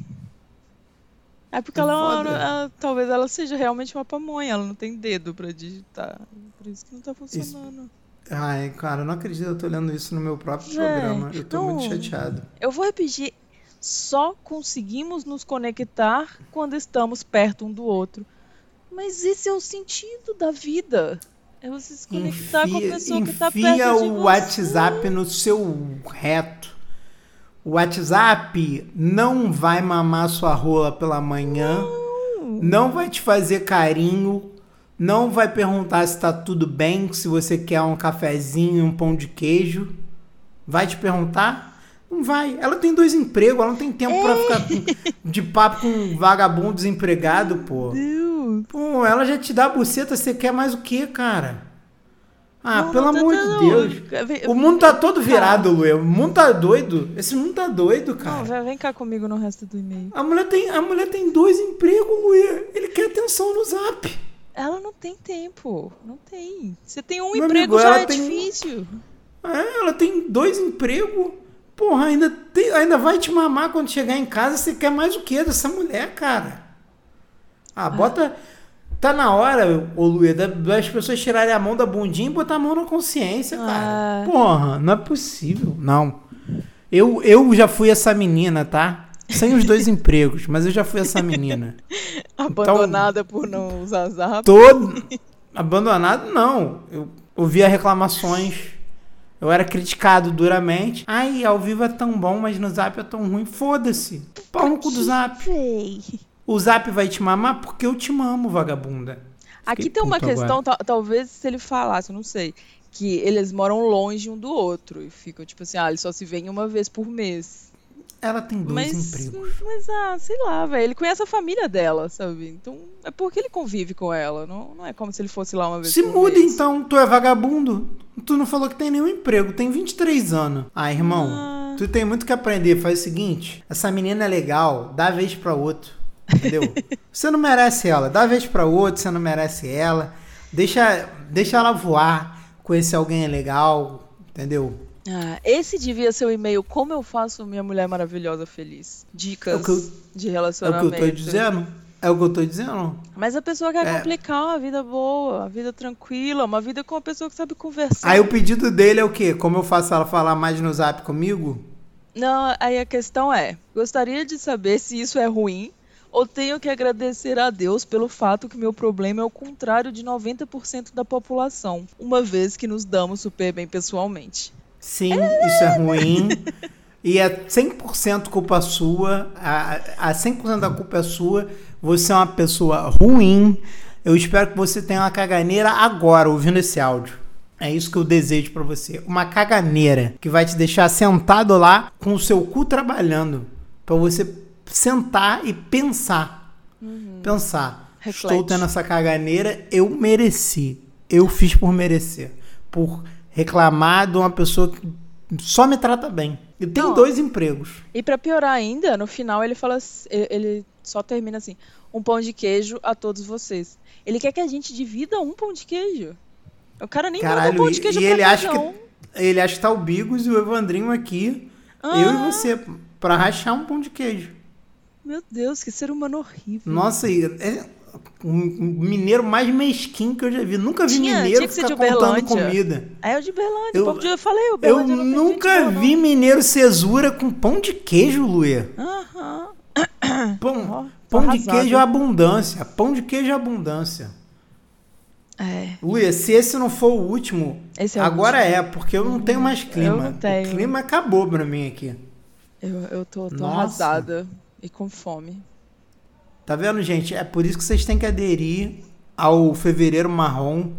Speaker 2: É porque ela, é uma-
Speaker 1: Foda.
Speaker 2: ela- talvez ela seja realmente uma pamonha, ela não tem dedo pra digitar. Por isso que não tá funcionando.
Speaker 1: Ai, cara, eu não acredito que eu tô olhando isso no meu próprio
Speaker 2: Véi,
Speaker 1: programa. Eu tô muito
Speaker 2: não.
Speaker 1: chateado.
Speaker 2: Eu vou repetir. Só conseguimos nos conectar quando estamos perto um do outro. Mas esse é o sentido da vida. É você se conectar com a pessoa que tá
Speaker 1: enfia
Speaker 2: perto de
Speaker 1: o
Speaker 2: você.
Speaker 1: WhatsApp no seu reto. O WhatsApp não vai mamar sua rola pela manhã, não, vai te fazer carinho, não vai perguntar se tá tudo bem, se você quer um cafezinho, um pão de queijo. Vai te perguntar? Não vai. Ela tem dois empregos, ela não tem tempo pra
Speaker 2: É.
Speaker 1: ficar de papo com um vagabundo desempregado, pô.
Speaker 2: Deus.
Speaker 1: Pô, ela já te dá a buceta, você quer mais o que, cara? Ah,
Speaker 2: Não,
Speaker 1: pelo
Speaker 2: não tá
Speaker 1: amor
Speaker 2: dando-
Speaker 1: de Deus.
Speaker 2: Vem-
Speaker 1: O mundo tá todo virado, Luê. O mundo tá doido. Esse mundo tá doido,
Speaker 2: Não,
Speaker 1: cara.
Speaker 2: vem vem cá comigo no resto do e-mail.
Speaker 1: A mulher tem, a mulher tem dois empregos, Luê. Ele quer atenção no zap.
Speaker 2: Ela não tem tempo. Não tem. Você tem um
Speaker 1: Meu
Speaker 2: emprego
Speaker 1: amigo,
Speaker 2: já
Speaker 1: ela
Speaker 2: é
Speaker 1: tem-
Speaker 2: difícil.
Speaker 1: É, ela tem dois empregos. Porra, ainda, tem- ainda vai te mamar quando chegar em casa. Você quer mais o que dessa mulher, cara? Ah, bota. Tá na hora, ô Luia, da- das pessoas tirarem a mão da bundinha e botar a mão na consciência, cara.
Speaker 2: Ah.
Speaker 1: Porra, não é possível. Não. Eu, eu já fui essa menina, tá? Sem os dois empregos, mas eu já fui essa menina. Tá um
Speaker 2: Abandonada por não usar zap.
Speaker 1: Todo. Abandonado, não. Eu ouvia reclamações. Eu era criticado duramente. Ai, ao vivo é tão bom, mas no zap é tão ruim. Foda-se. Pau no cu do zap.
Speaker 2: Véi.
Speaker 1: O zap vai te mamar porque eu te mamo, vagabunda.
Speaker 2: Aqui
Speaker 1: Fiquei
Speaker 2: tem uma
Speaker 1: puto agora.
Speaker 2: questão, tal- talvez se ele falasse, eu não sei, que eles moram longe um do outro e ficam tipo assim, ah, eles só se veem uma vez por mês.
Speaker 1: Ela tem dois
Speaker 2: Mas,
Speaker 1: empregos.
Speaker 2: mas, ah, sei lá, velho, ele conhece a família dela, sabe? Então é porque ele convive com ela, não, não é como se ele fosse lá uma vez
Speaker 1: Se
Speaker 2: por
Speaker 1: muda
Speaker 2: um mês.
Speaker 1: então, tu é vagabundo. Tu não falou que tem nenhum emprego, tem 23 anos. Ah, irmão,
Speaker 2: Ah.
Speaker 1: tu tem muito que aprender. Faz o seguinte: essa menina é legal, dá vez pra outro. Entendeu? você não merece ela, dá vez pra outro, você não merece ela. Deixa, deixa ela voar, conhecer alguém legal, entendeu?
Speaker 2: Ah, esse devia ser o e-mail Como eu faço minha mulher maravilhosa feliz. Dicas
Speaker 1: É o que eu-
Speaker 2: de
Speaker 1: É o que
Speaker 2: relacionamento.
Speaker 1: eu tô dizendo. É o que eu tô dizendo?
Speaker 2: Mas a pessoa quer
Speaker 1: É.
Speaker 2: complicar uma vida boa, uma vida tranquila, uma vida com uma pessoa que sabe conversar.
Speaker 1: Aí o pedido dele é o quê? Como eu faço ela falar mais no zap comigo?
Speaker 2: Não, aí a questão é: gostaria de saber se isso é ruim ou tenho que agradecer a Deus pelo fato que meu problema é o contrário de 90% da população, uma vez que nos damos super bem pessoalmente.
Speaker 1: Sim, isso é ruim. E é 100% culpa sua. A, a 100% da culpa é sua. Você é uma pessoa ruim. Eu espero que você tenha uma caganeira agora, ouvindo esse áudio. É isso que eu desejo pra você. Uma caganeira que vai te deixar sentado lá com o seu cu trabalhando. Pra você sentar e pensar. Pensar. Estou
Speaker 2: Reflete.
Speaker 1: tendo essa caganeira, eu mereci. Eu fiz por merecer. Por reclamar de uma pessoa que só me trata bem. E tem
Speaker 2: Não.
Speaker 1: dois empregos.
Speaker 2: E pra piorar ainda, no final ele fala, ass- e- ele só termina assim: um pão de queijo a todos vocês. Ele quer que a gente divida um pão de queijo. O cara nem manda um
Speaker 1: Caralho,
Speaker 2: pão
Speaker 1: e,
Speaker 2: de queijo
Speaker 1: e
Speaker 2: pra
Speaker 1: ele
Speaker 2: cada
Speaker 1: acha
Speaker 2: um.
Speaker 1: que. Ele acha que tá o Bigos e o Evandrinho aqui. Eu
Speaker 2: Ah.
Speaker 1: e você. Pra rachar um pão de queijo.
Speaker 2: Meu Deus, que ser humano horrível.
Speaker 1: Nossa, e é o mineiro mais mesquinho que eu já vi. Nunca vi
Speaker 2: Tinha-
Speaker 1: mineiro
Speaker 2: tinha que ser
Speaker 1: ficar
Speaker 2: de
Speaker 1: contando
Speaker 2: Uberlândia.
Speaker 1: comida.
Speaker 2: Aí é o de Berlândia,
Speaker 1: Eu-
Speaker 2: o povo de... eu falei, o
Speaker 1: Eu
Speaker 2: Berlândia não tem gente
Speaker 1: nunca
Speaker 2: boa, não.
Speaker 1: vi mineiro cesura com pão de queijo, Luia.
Speaker 2: Aham. É. Ó,
Speaker 1: Pão,
Speaker 2: tô
Speaker 1: pão de
Speaker 2: arrasada.
Speaker 1: queijo é abundância. Pão de queijo é abundância.
Speaker 2: É.
Speaker 1: Luia, se esse não for o último,
Speaker 2: Esse é o
Speaker 1: agora é, porque eu não tenho mais clima.
Speaker 2: não tenho.
Speaker 1: O clima acabou pra mim aqui.
Speaker 2: Eu, eu tô, tô
Speaker 1: Nossa.
Speaker 2: arrasada e com fome.
Speaker 1: Tá vendo, gente? É por isso que vocês têm que aderir ao Fevereiro Marrom.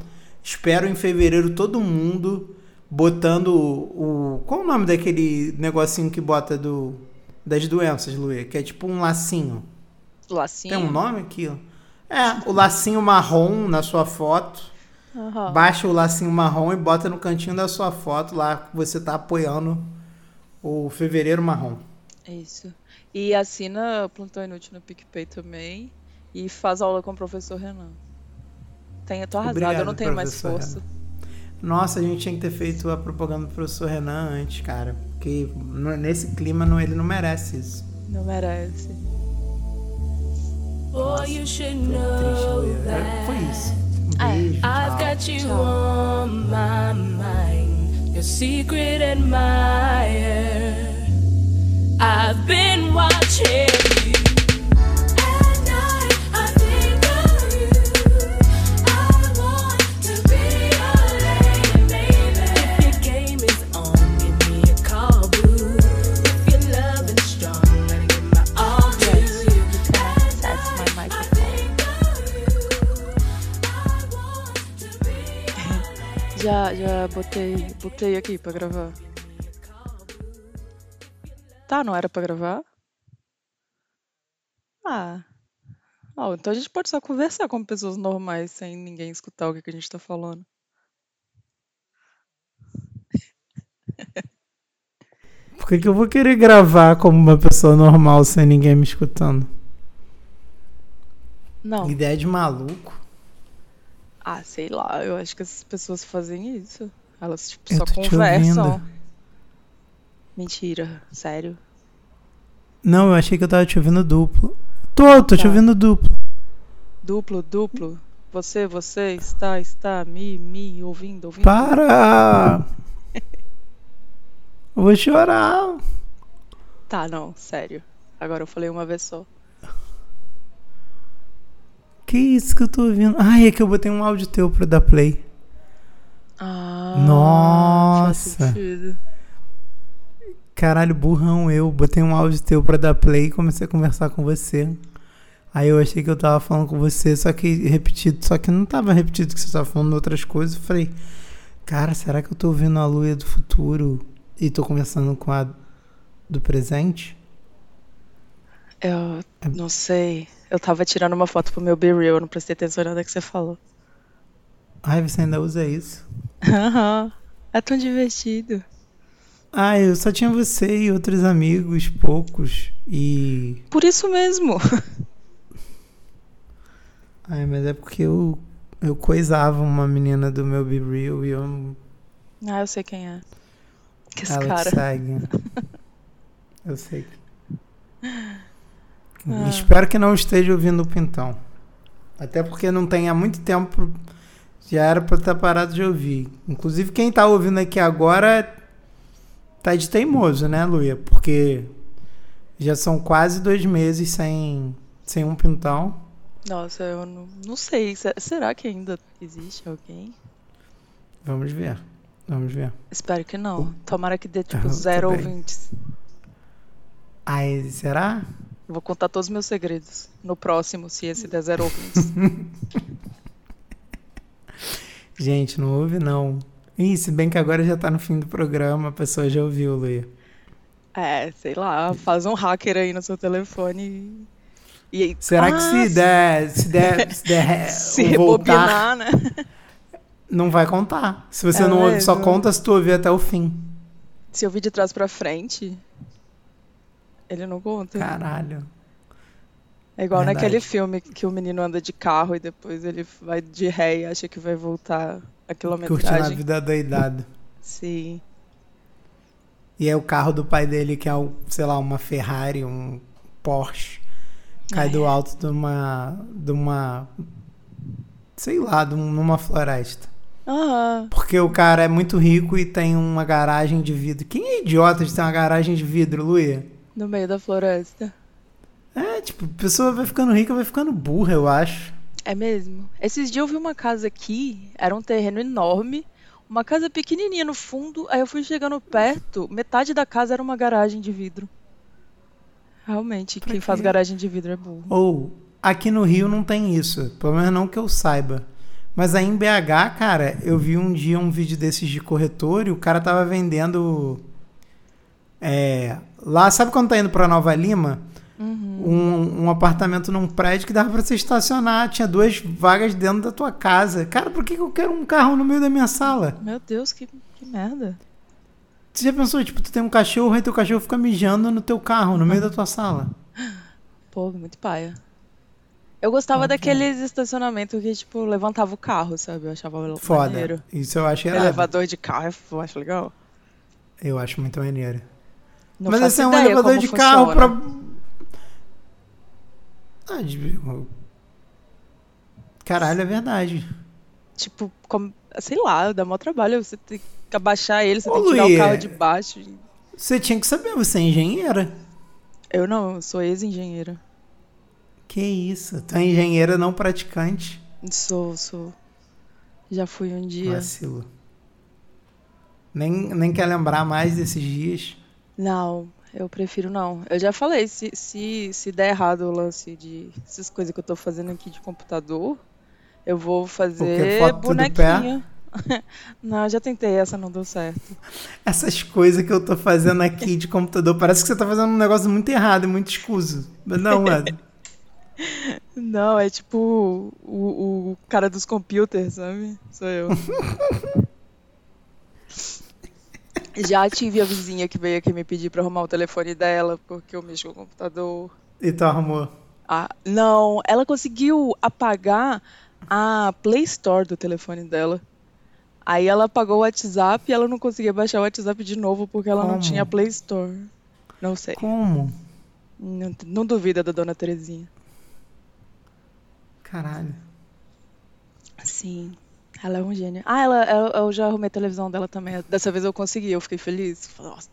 Speaker 1: Espero em fevereiro todo mundo botando o. o- Qual o nome daquele negocinho que bota do das doenças, Luia? Que é tipo um lacinho.
Speaker 2: Lacinho.
Speaker 1: Tem um nome aqui? É, o lacinho marrom na sua foto.
Speaker 2: Aham.
Speaker 1: Baixa o lacinho marrom e bota no cantinho da sua foto lá que você tá apoiando o Fevereiro Marrom.
Speaker 2: É Isso. E assina Plantão Inútil no PicPay também. E faz aula com o professor Renan. Tem, eu tô arrasada, eu não
Speaker 1: Obrigado,
Speaker 2: tenho mais
Speaker 1: professor
Speaker 2: força.
Speaker 1: Nossa, a gente tinha que ter feito a propaganda do professor Renan antes, cara. Porque no- nesse clima não, ele não merece isso.
Speaker 2: Não merece.
Speaker 3: Boy, you should
Speaker 1: Triste,
Speaker 3: know
Speaker 1: Luia. É,
Speaker 3: that.
Speaker 1: Foi isso. Um beijo.
Speaker 3: I've
Speaker 1: tchau.
Speaker 3: got you on my mind, your secret admirer. I've been watching you. At night, I think of you. I want to be your lady, baby. If your game is on, give me a call, boo. If your love is strong, I'll give my all to you. At
Speaker 2: That's my
Speaker 3: night, I
Speaker 2: microphone. Já, já botei, botei aqui pra gravar. Tá, não era pra gravar? Ah. Ó, então a gente pode só conversar com pessoas normais sem ninguém escutar o que que a gente tá falando.
Speaker 1: Por que, que eu vou querer gravar como uma pessoa normal sem ninguém me escutando?
Speaker 2: Não.
Speaker 1: Ideia de maluco.
Speaker 2: Ah, sei lá, eu acho que essas pessoas fazem isso. Elas, tipo,
Speaker 1: Eu
Speaker 2: só
Speaker 1: tô te
Speaker 2: conversam.
Speaker 1: ouvindo.
Speaker 2: Mentira, sério.
Speaker 1: Não, eu achei que eu tava te ouvindo duplo. Tô, tô te
Speaker 2: Tá.
Speaker 1: ouvindo duplo.
Speaker 2: Duplo, duplo. Você, você, está, está, me, me, ouvindo, ouvindo.
Speaker 1: Tá. Para! Eu vou chorar.
Speaker 2: Tá, não, sério. Agora eu falei uma vez só.
Speaker 1: Que isso que eu tô ouvindo? Ai, é que eu botei um áudio teu pra dar play.
Speaker 2: Ah,
Speaker 1: Nossa.
Speaker 2: Faz sentido.
Speaker 1: Caralho, burrão eu. Botei um áudio teu pra dar play e comecei a conversar com você. Aí eu achei que eu tava falando com você, só que repetido. Só que não tava repetido que você tava falando outras coisas. Eu falei, cara, será que eu tô ouvindo a Luia do futuro e tô conversando com a do presente?
Speaker 2: Eu
Speaker 1: É
Speaker 2: não sei. Eu tava tirando uma foto pro meu Be Real, eu não prestei atenção em nada que você falou.
Speaker 1: Ai, você ainda usa isso?
Speaker 2: Aham. é tão divertido.
Speaker 1: Ah, eu só tinha você e outros amigos, poucos. E.
Speaker 2: Por isso mesmo.
Speaker 1: Ai, mas é porque eu, eu coisava uma menina do meu Be Real e eu
Speaker 2: Ah, eu sei quem é. Que esse
Speaker 1: Ela
Speaker 2: cara.
Speaker 1: te segue. Eu sei. que-
Speaker 2: Ah.
Speaker 1: Espero que não esteja ouvindo o Pintão. Até porque não tem há muito tempo. Já era pra estar parado de ouvir. Inclusive, quem tá ouvindo aqui agora tá de teimoso, né, Luia? Porque já são quase dois meses sem, sem um Pintão.
Speaker 2: Nossa, eu não, não sei. se- Será que ainda existe alguém?
Speaker 1: Vamos ver. Vamos ver.
Speaker 2: Espero que não. Tomara que dê
Speaker 1: Ah,
Speaker 2: tipo
Speaker 1: eu
Speaker 2: zero
Speaker 1: também.
Speaker 2: ouvintes.
Speaker 1: Aí, será?
Speaker 2: Vou contar todos os meus segredos no próximo, se esse der zero ouvintes.
Speaker 1: Gente, não ouve não. Ih, se bem que agora já tá no fim do programa, a pessoa já ouviu, Luia.
Speaker 2: É, sei lá, faz um hacker aí no seu telefone e. e aí-
Speaker 1: Será que
Speaker 2: Ah,
Speaker 1: se der, se der, se der
Speaker 2: se
Speaker 1: o voltar,
Speaker 2: rebobinar, né? não
Speaker 1: não vai contar. Se você
Speaker 2: É
Speaker 1: não ouve, só
Speaker 2: mesmo?
Speaker 1: conta se tu ouvir até o fim.
Speaker 2: Se eu vir de trás pra frente, ele não conta.
Speaker 1: Caralho.
Speaker 2: é igual
Speaker 1: verdade.
Speaker 2: naquele filme que o menino anda de carro e depois ele vai de ré e acha que vai voltar a
Speaker 1: Curtindo a
Speaker 2: quilometragem.
Speaker 1: vida doidado.
Speaker 2: Sim.
Speaker 1: E é o carro do pai dele, que é, o, sei lá, uma Ferrari, um Porsche. Cai
Speaker 2: É.
Speaker 1: do alto de uma. de uma. sei lá, de um- numa floresta.
Speaker 2: Aham.
Speaker 1: Porque o cara é muito rico e tem uma garagem de vidro. Quem é idiota de ter uma garagem de vidro, Luia?
Speaker 2: No meio da floresta.
Speaker 1: É, tipo, a pessoa vai ficando rica, vai ficando burra, eu acho.
Speaker 2: É mesmo? Esses dias eu vi uma casa aqui, era um terreno enorme, uma casa pequenininha no fundo, aí eu fui chegando perto, metade da casa era uma garagem de vidro. Realmente,
Speaker 1: Pra
Speaker 2: quem faz
Speaker 1: quê?
Speaker 2: garagem de vidro é burro.
Speaker 1: Ou, aqui no Rio não tem isso. Pelo menos não que eu saiba. Mas aí em BH, cara, eu vi um dia um vídeo desses de corretor e o cara tava vendendo. É. Lá, sabe quando tá indo pra Nova Lima? Um, um apartamento num prédio que dava pra você estacionar. Tinha duas vagas dentro da tua casa. Cara, por que, que eu quero um carro no meio da minha sala?
Speaker 2: Meu Deus, que, que merda.
Speaker 1: Você já pensou, tipo, tu tem um cachorro, aí teu cachorro fica mijando no teu carro, no meio da tua sala.
Speaker 2: Pô, muito paia. Eu gostava daqueles estacionamentos que, tipo, levantava o carro, sabe? Eu achava
Speaker 1: Foda.
Speaker 2: maneiro.
Speaker 1: Isso eu acho irado.
Speaker 2: Elevador de carro, é eu acho legal.
Speaker 1: Eu acho muito maneiro.
Speaker 2: Não
Speaker 1: Mas
Speaker 2: faço
Speaker 1: esse é um
Speaker 2: ideia
Speaker 1: elevador
Speaker 2: como
Speaker 1: de carro pra.
Speaker 2: funciona.
Speaker 1: Ah, de- Caralho, é verdade.
Speaker 2: Tipo, como- sei lá, dá maior trabalho. Você tem que abaixar ele, você
Speaker 1: Ô,
Speaker 2: tem que tirar
Speaker 1: Luiz,
Speaker 2: o
Speaker 1: é-
Speaker 2: carro de baixo.
Speaker 1: Você tinha que saber, você é engenheira.
Speaker 2: Eu não, eu sou ex-engenheira.
Speaker 1: Que isso? Tu é engenheira não praticante.
Speaker 2: Sou, sou. Já fui um dia.
Speaker 1: Vacilo. Nem, nem quer lembrar mais desses dias.
Speaker 2: Não, eu prefiro não. Eu já falei, se, se, se der errado o lance de essas coisas que eu tô fazendo aqui de computador, eu vou fazer
Speaker 1: foto do
Speaker 2: bonequinha. Não, eu já tentei, essa não deu certo.
Speaker 1: Essas coisas que eu tô fazendo aqui de computador, parece que você tá fazendo um negócio muito errado, e muito escuso. Mas não, é.
Speaker 2: Não, é tipo o, o cara dos computers, sabe? Sou eu. Já tive a vizinha que veio aqui me pedir pra arrumar o telefone dela, porque eu mexo com o computador.
Speaker 1: E tu arrumou.
Speaker 2: Ah, não, ela conseguiu apagar a Play Store do telefone dela. Aí ela apagou o WhatsApp e ela não conseguia baixar o WhatsApp de novo porque ela não
Speaker 1: Como?
Speaker 2: tinha Play Store. Não sei.
Speaker 1: Como?
Speaker 2: Não, não duvida da dona Terezinha.
Speaker 1: Caralho.
Speaker 2: Sim, ela é um gênio. Ah, ela, eu, eu já arrumei a televisão dela também. Dessa vez eu consegui, eu fiquei feliz. Falei, Nossa,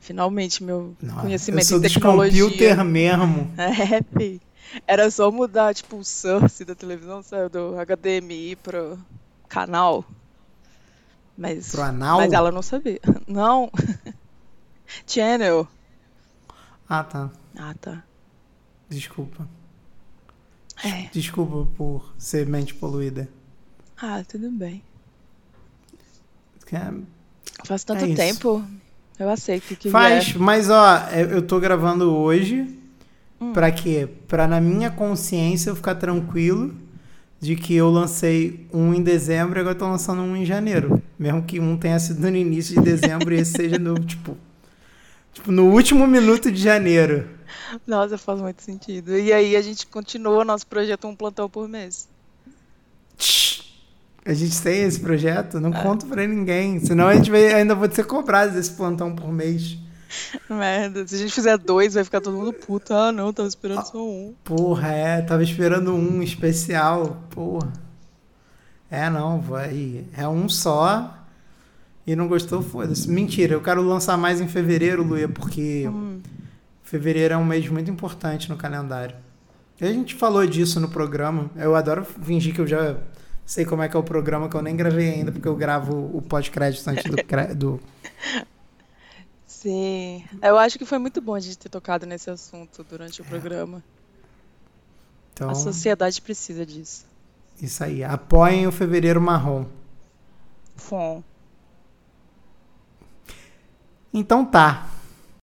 Speaker 2: finalmente meu
Speaker 1: Não, é. eu
Speaker 2: conhecimento
Speaker 1: sou
Speaker 2: em
Speaker 1: dos
Speaker 2: tecnologia.
Speaker 1: computer mesmo.
Speaker 2: É, fi. Era só mudar, tipo, o source da televisão, sabe? Do HDMI pro canal. Mas,
Speaker 1: Pro anal?
Speaker 2: mas ela não sabia. Não. Channel.
Speaker 1: Ah, tá.
Speaker 2: Ah, tá.
Speaker 1: Desculpa.
Speaker 2: É.
Speaker 1: Desculpa por ser mente poluída.
Speaker 2: Ah, tudo bem.
Speaker 1: É,
Speaker 2: Faz tanto
Speaker 1: isso.
Speaker 2: tempo. Eu aceito que
Speaker 1: Faz,
Speaker 2: vier.
Speaker 1: mas ó, é, eu eu tô gravando hoje. Pra quê? Pra na minha consciência eu ficar tranquilo de que eu lancei um em dezembro e agora eu tô lançando um em janeiro. Mesmo que um tenha sido no início de dezembro e esse seja no, tipo, tipo, no último minuto de janeiro.
Speaker 2: Nossa, faz muito sentido. E aí a gente continua nosso projeto Um Plantão por Mês.
Speaker 1: Tch! A gente tem esse projeto? Não conto pra ninguém. Senão a gente vai, ainda vou ser cobrado desse plantão por mês.
Speaker 2: Merda. Se a gente fizer dois, vai ficar todo mundo puto. Ah, não, tava esperando só um.
Speaker 1: Porra, é, tava esperando um especial, porra. É, não, vai. É um só. E não gostou, foda-se. Mentira, eu quero lançar mais em fevereiro, Luia, porque fevereiro é um mês muito importante no calendário. E a gente falou disso no programa. Eu adoro fingir que eu já sei como é que é o programa, que eu nem gravei ainda, porque eu gravo o pós-crédito antes do, cre- do
Speaker 2: Sim. Eu acho que foi muito bom a gente ter tocado nesse assunto durante o programa.
Speaker 1: Então,
Speaker 2: A sociedade precisa disso.
Speaker 1: isso aí. Apoiem o Fevereiro Marrom.
Speaker 2: Fom.
Speaker 1: Então tá.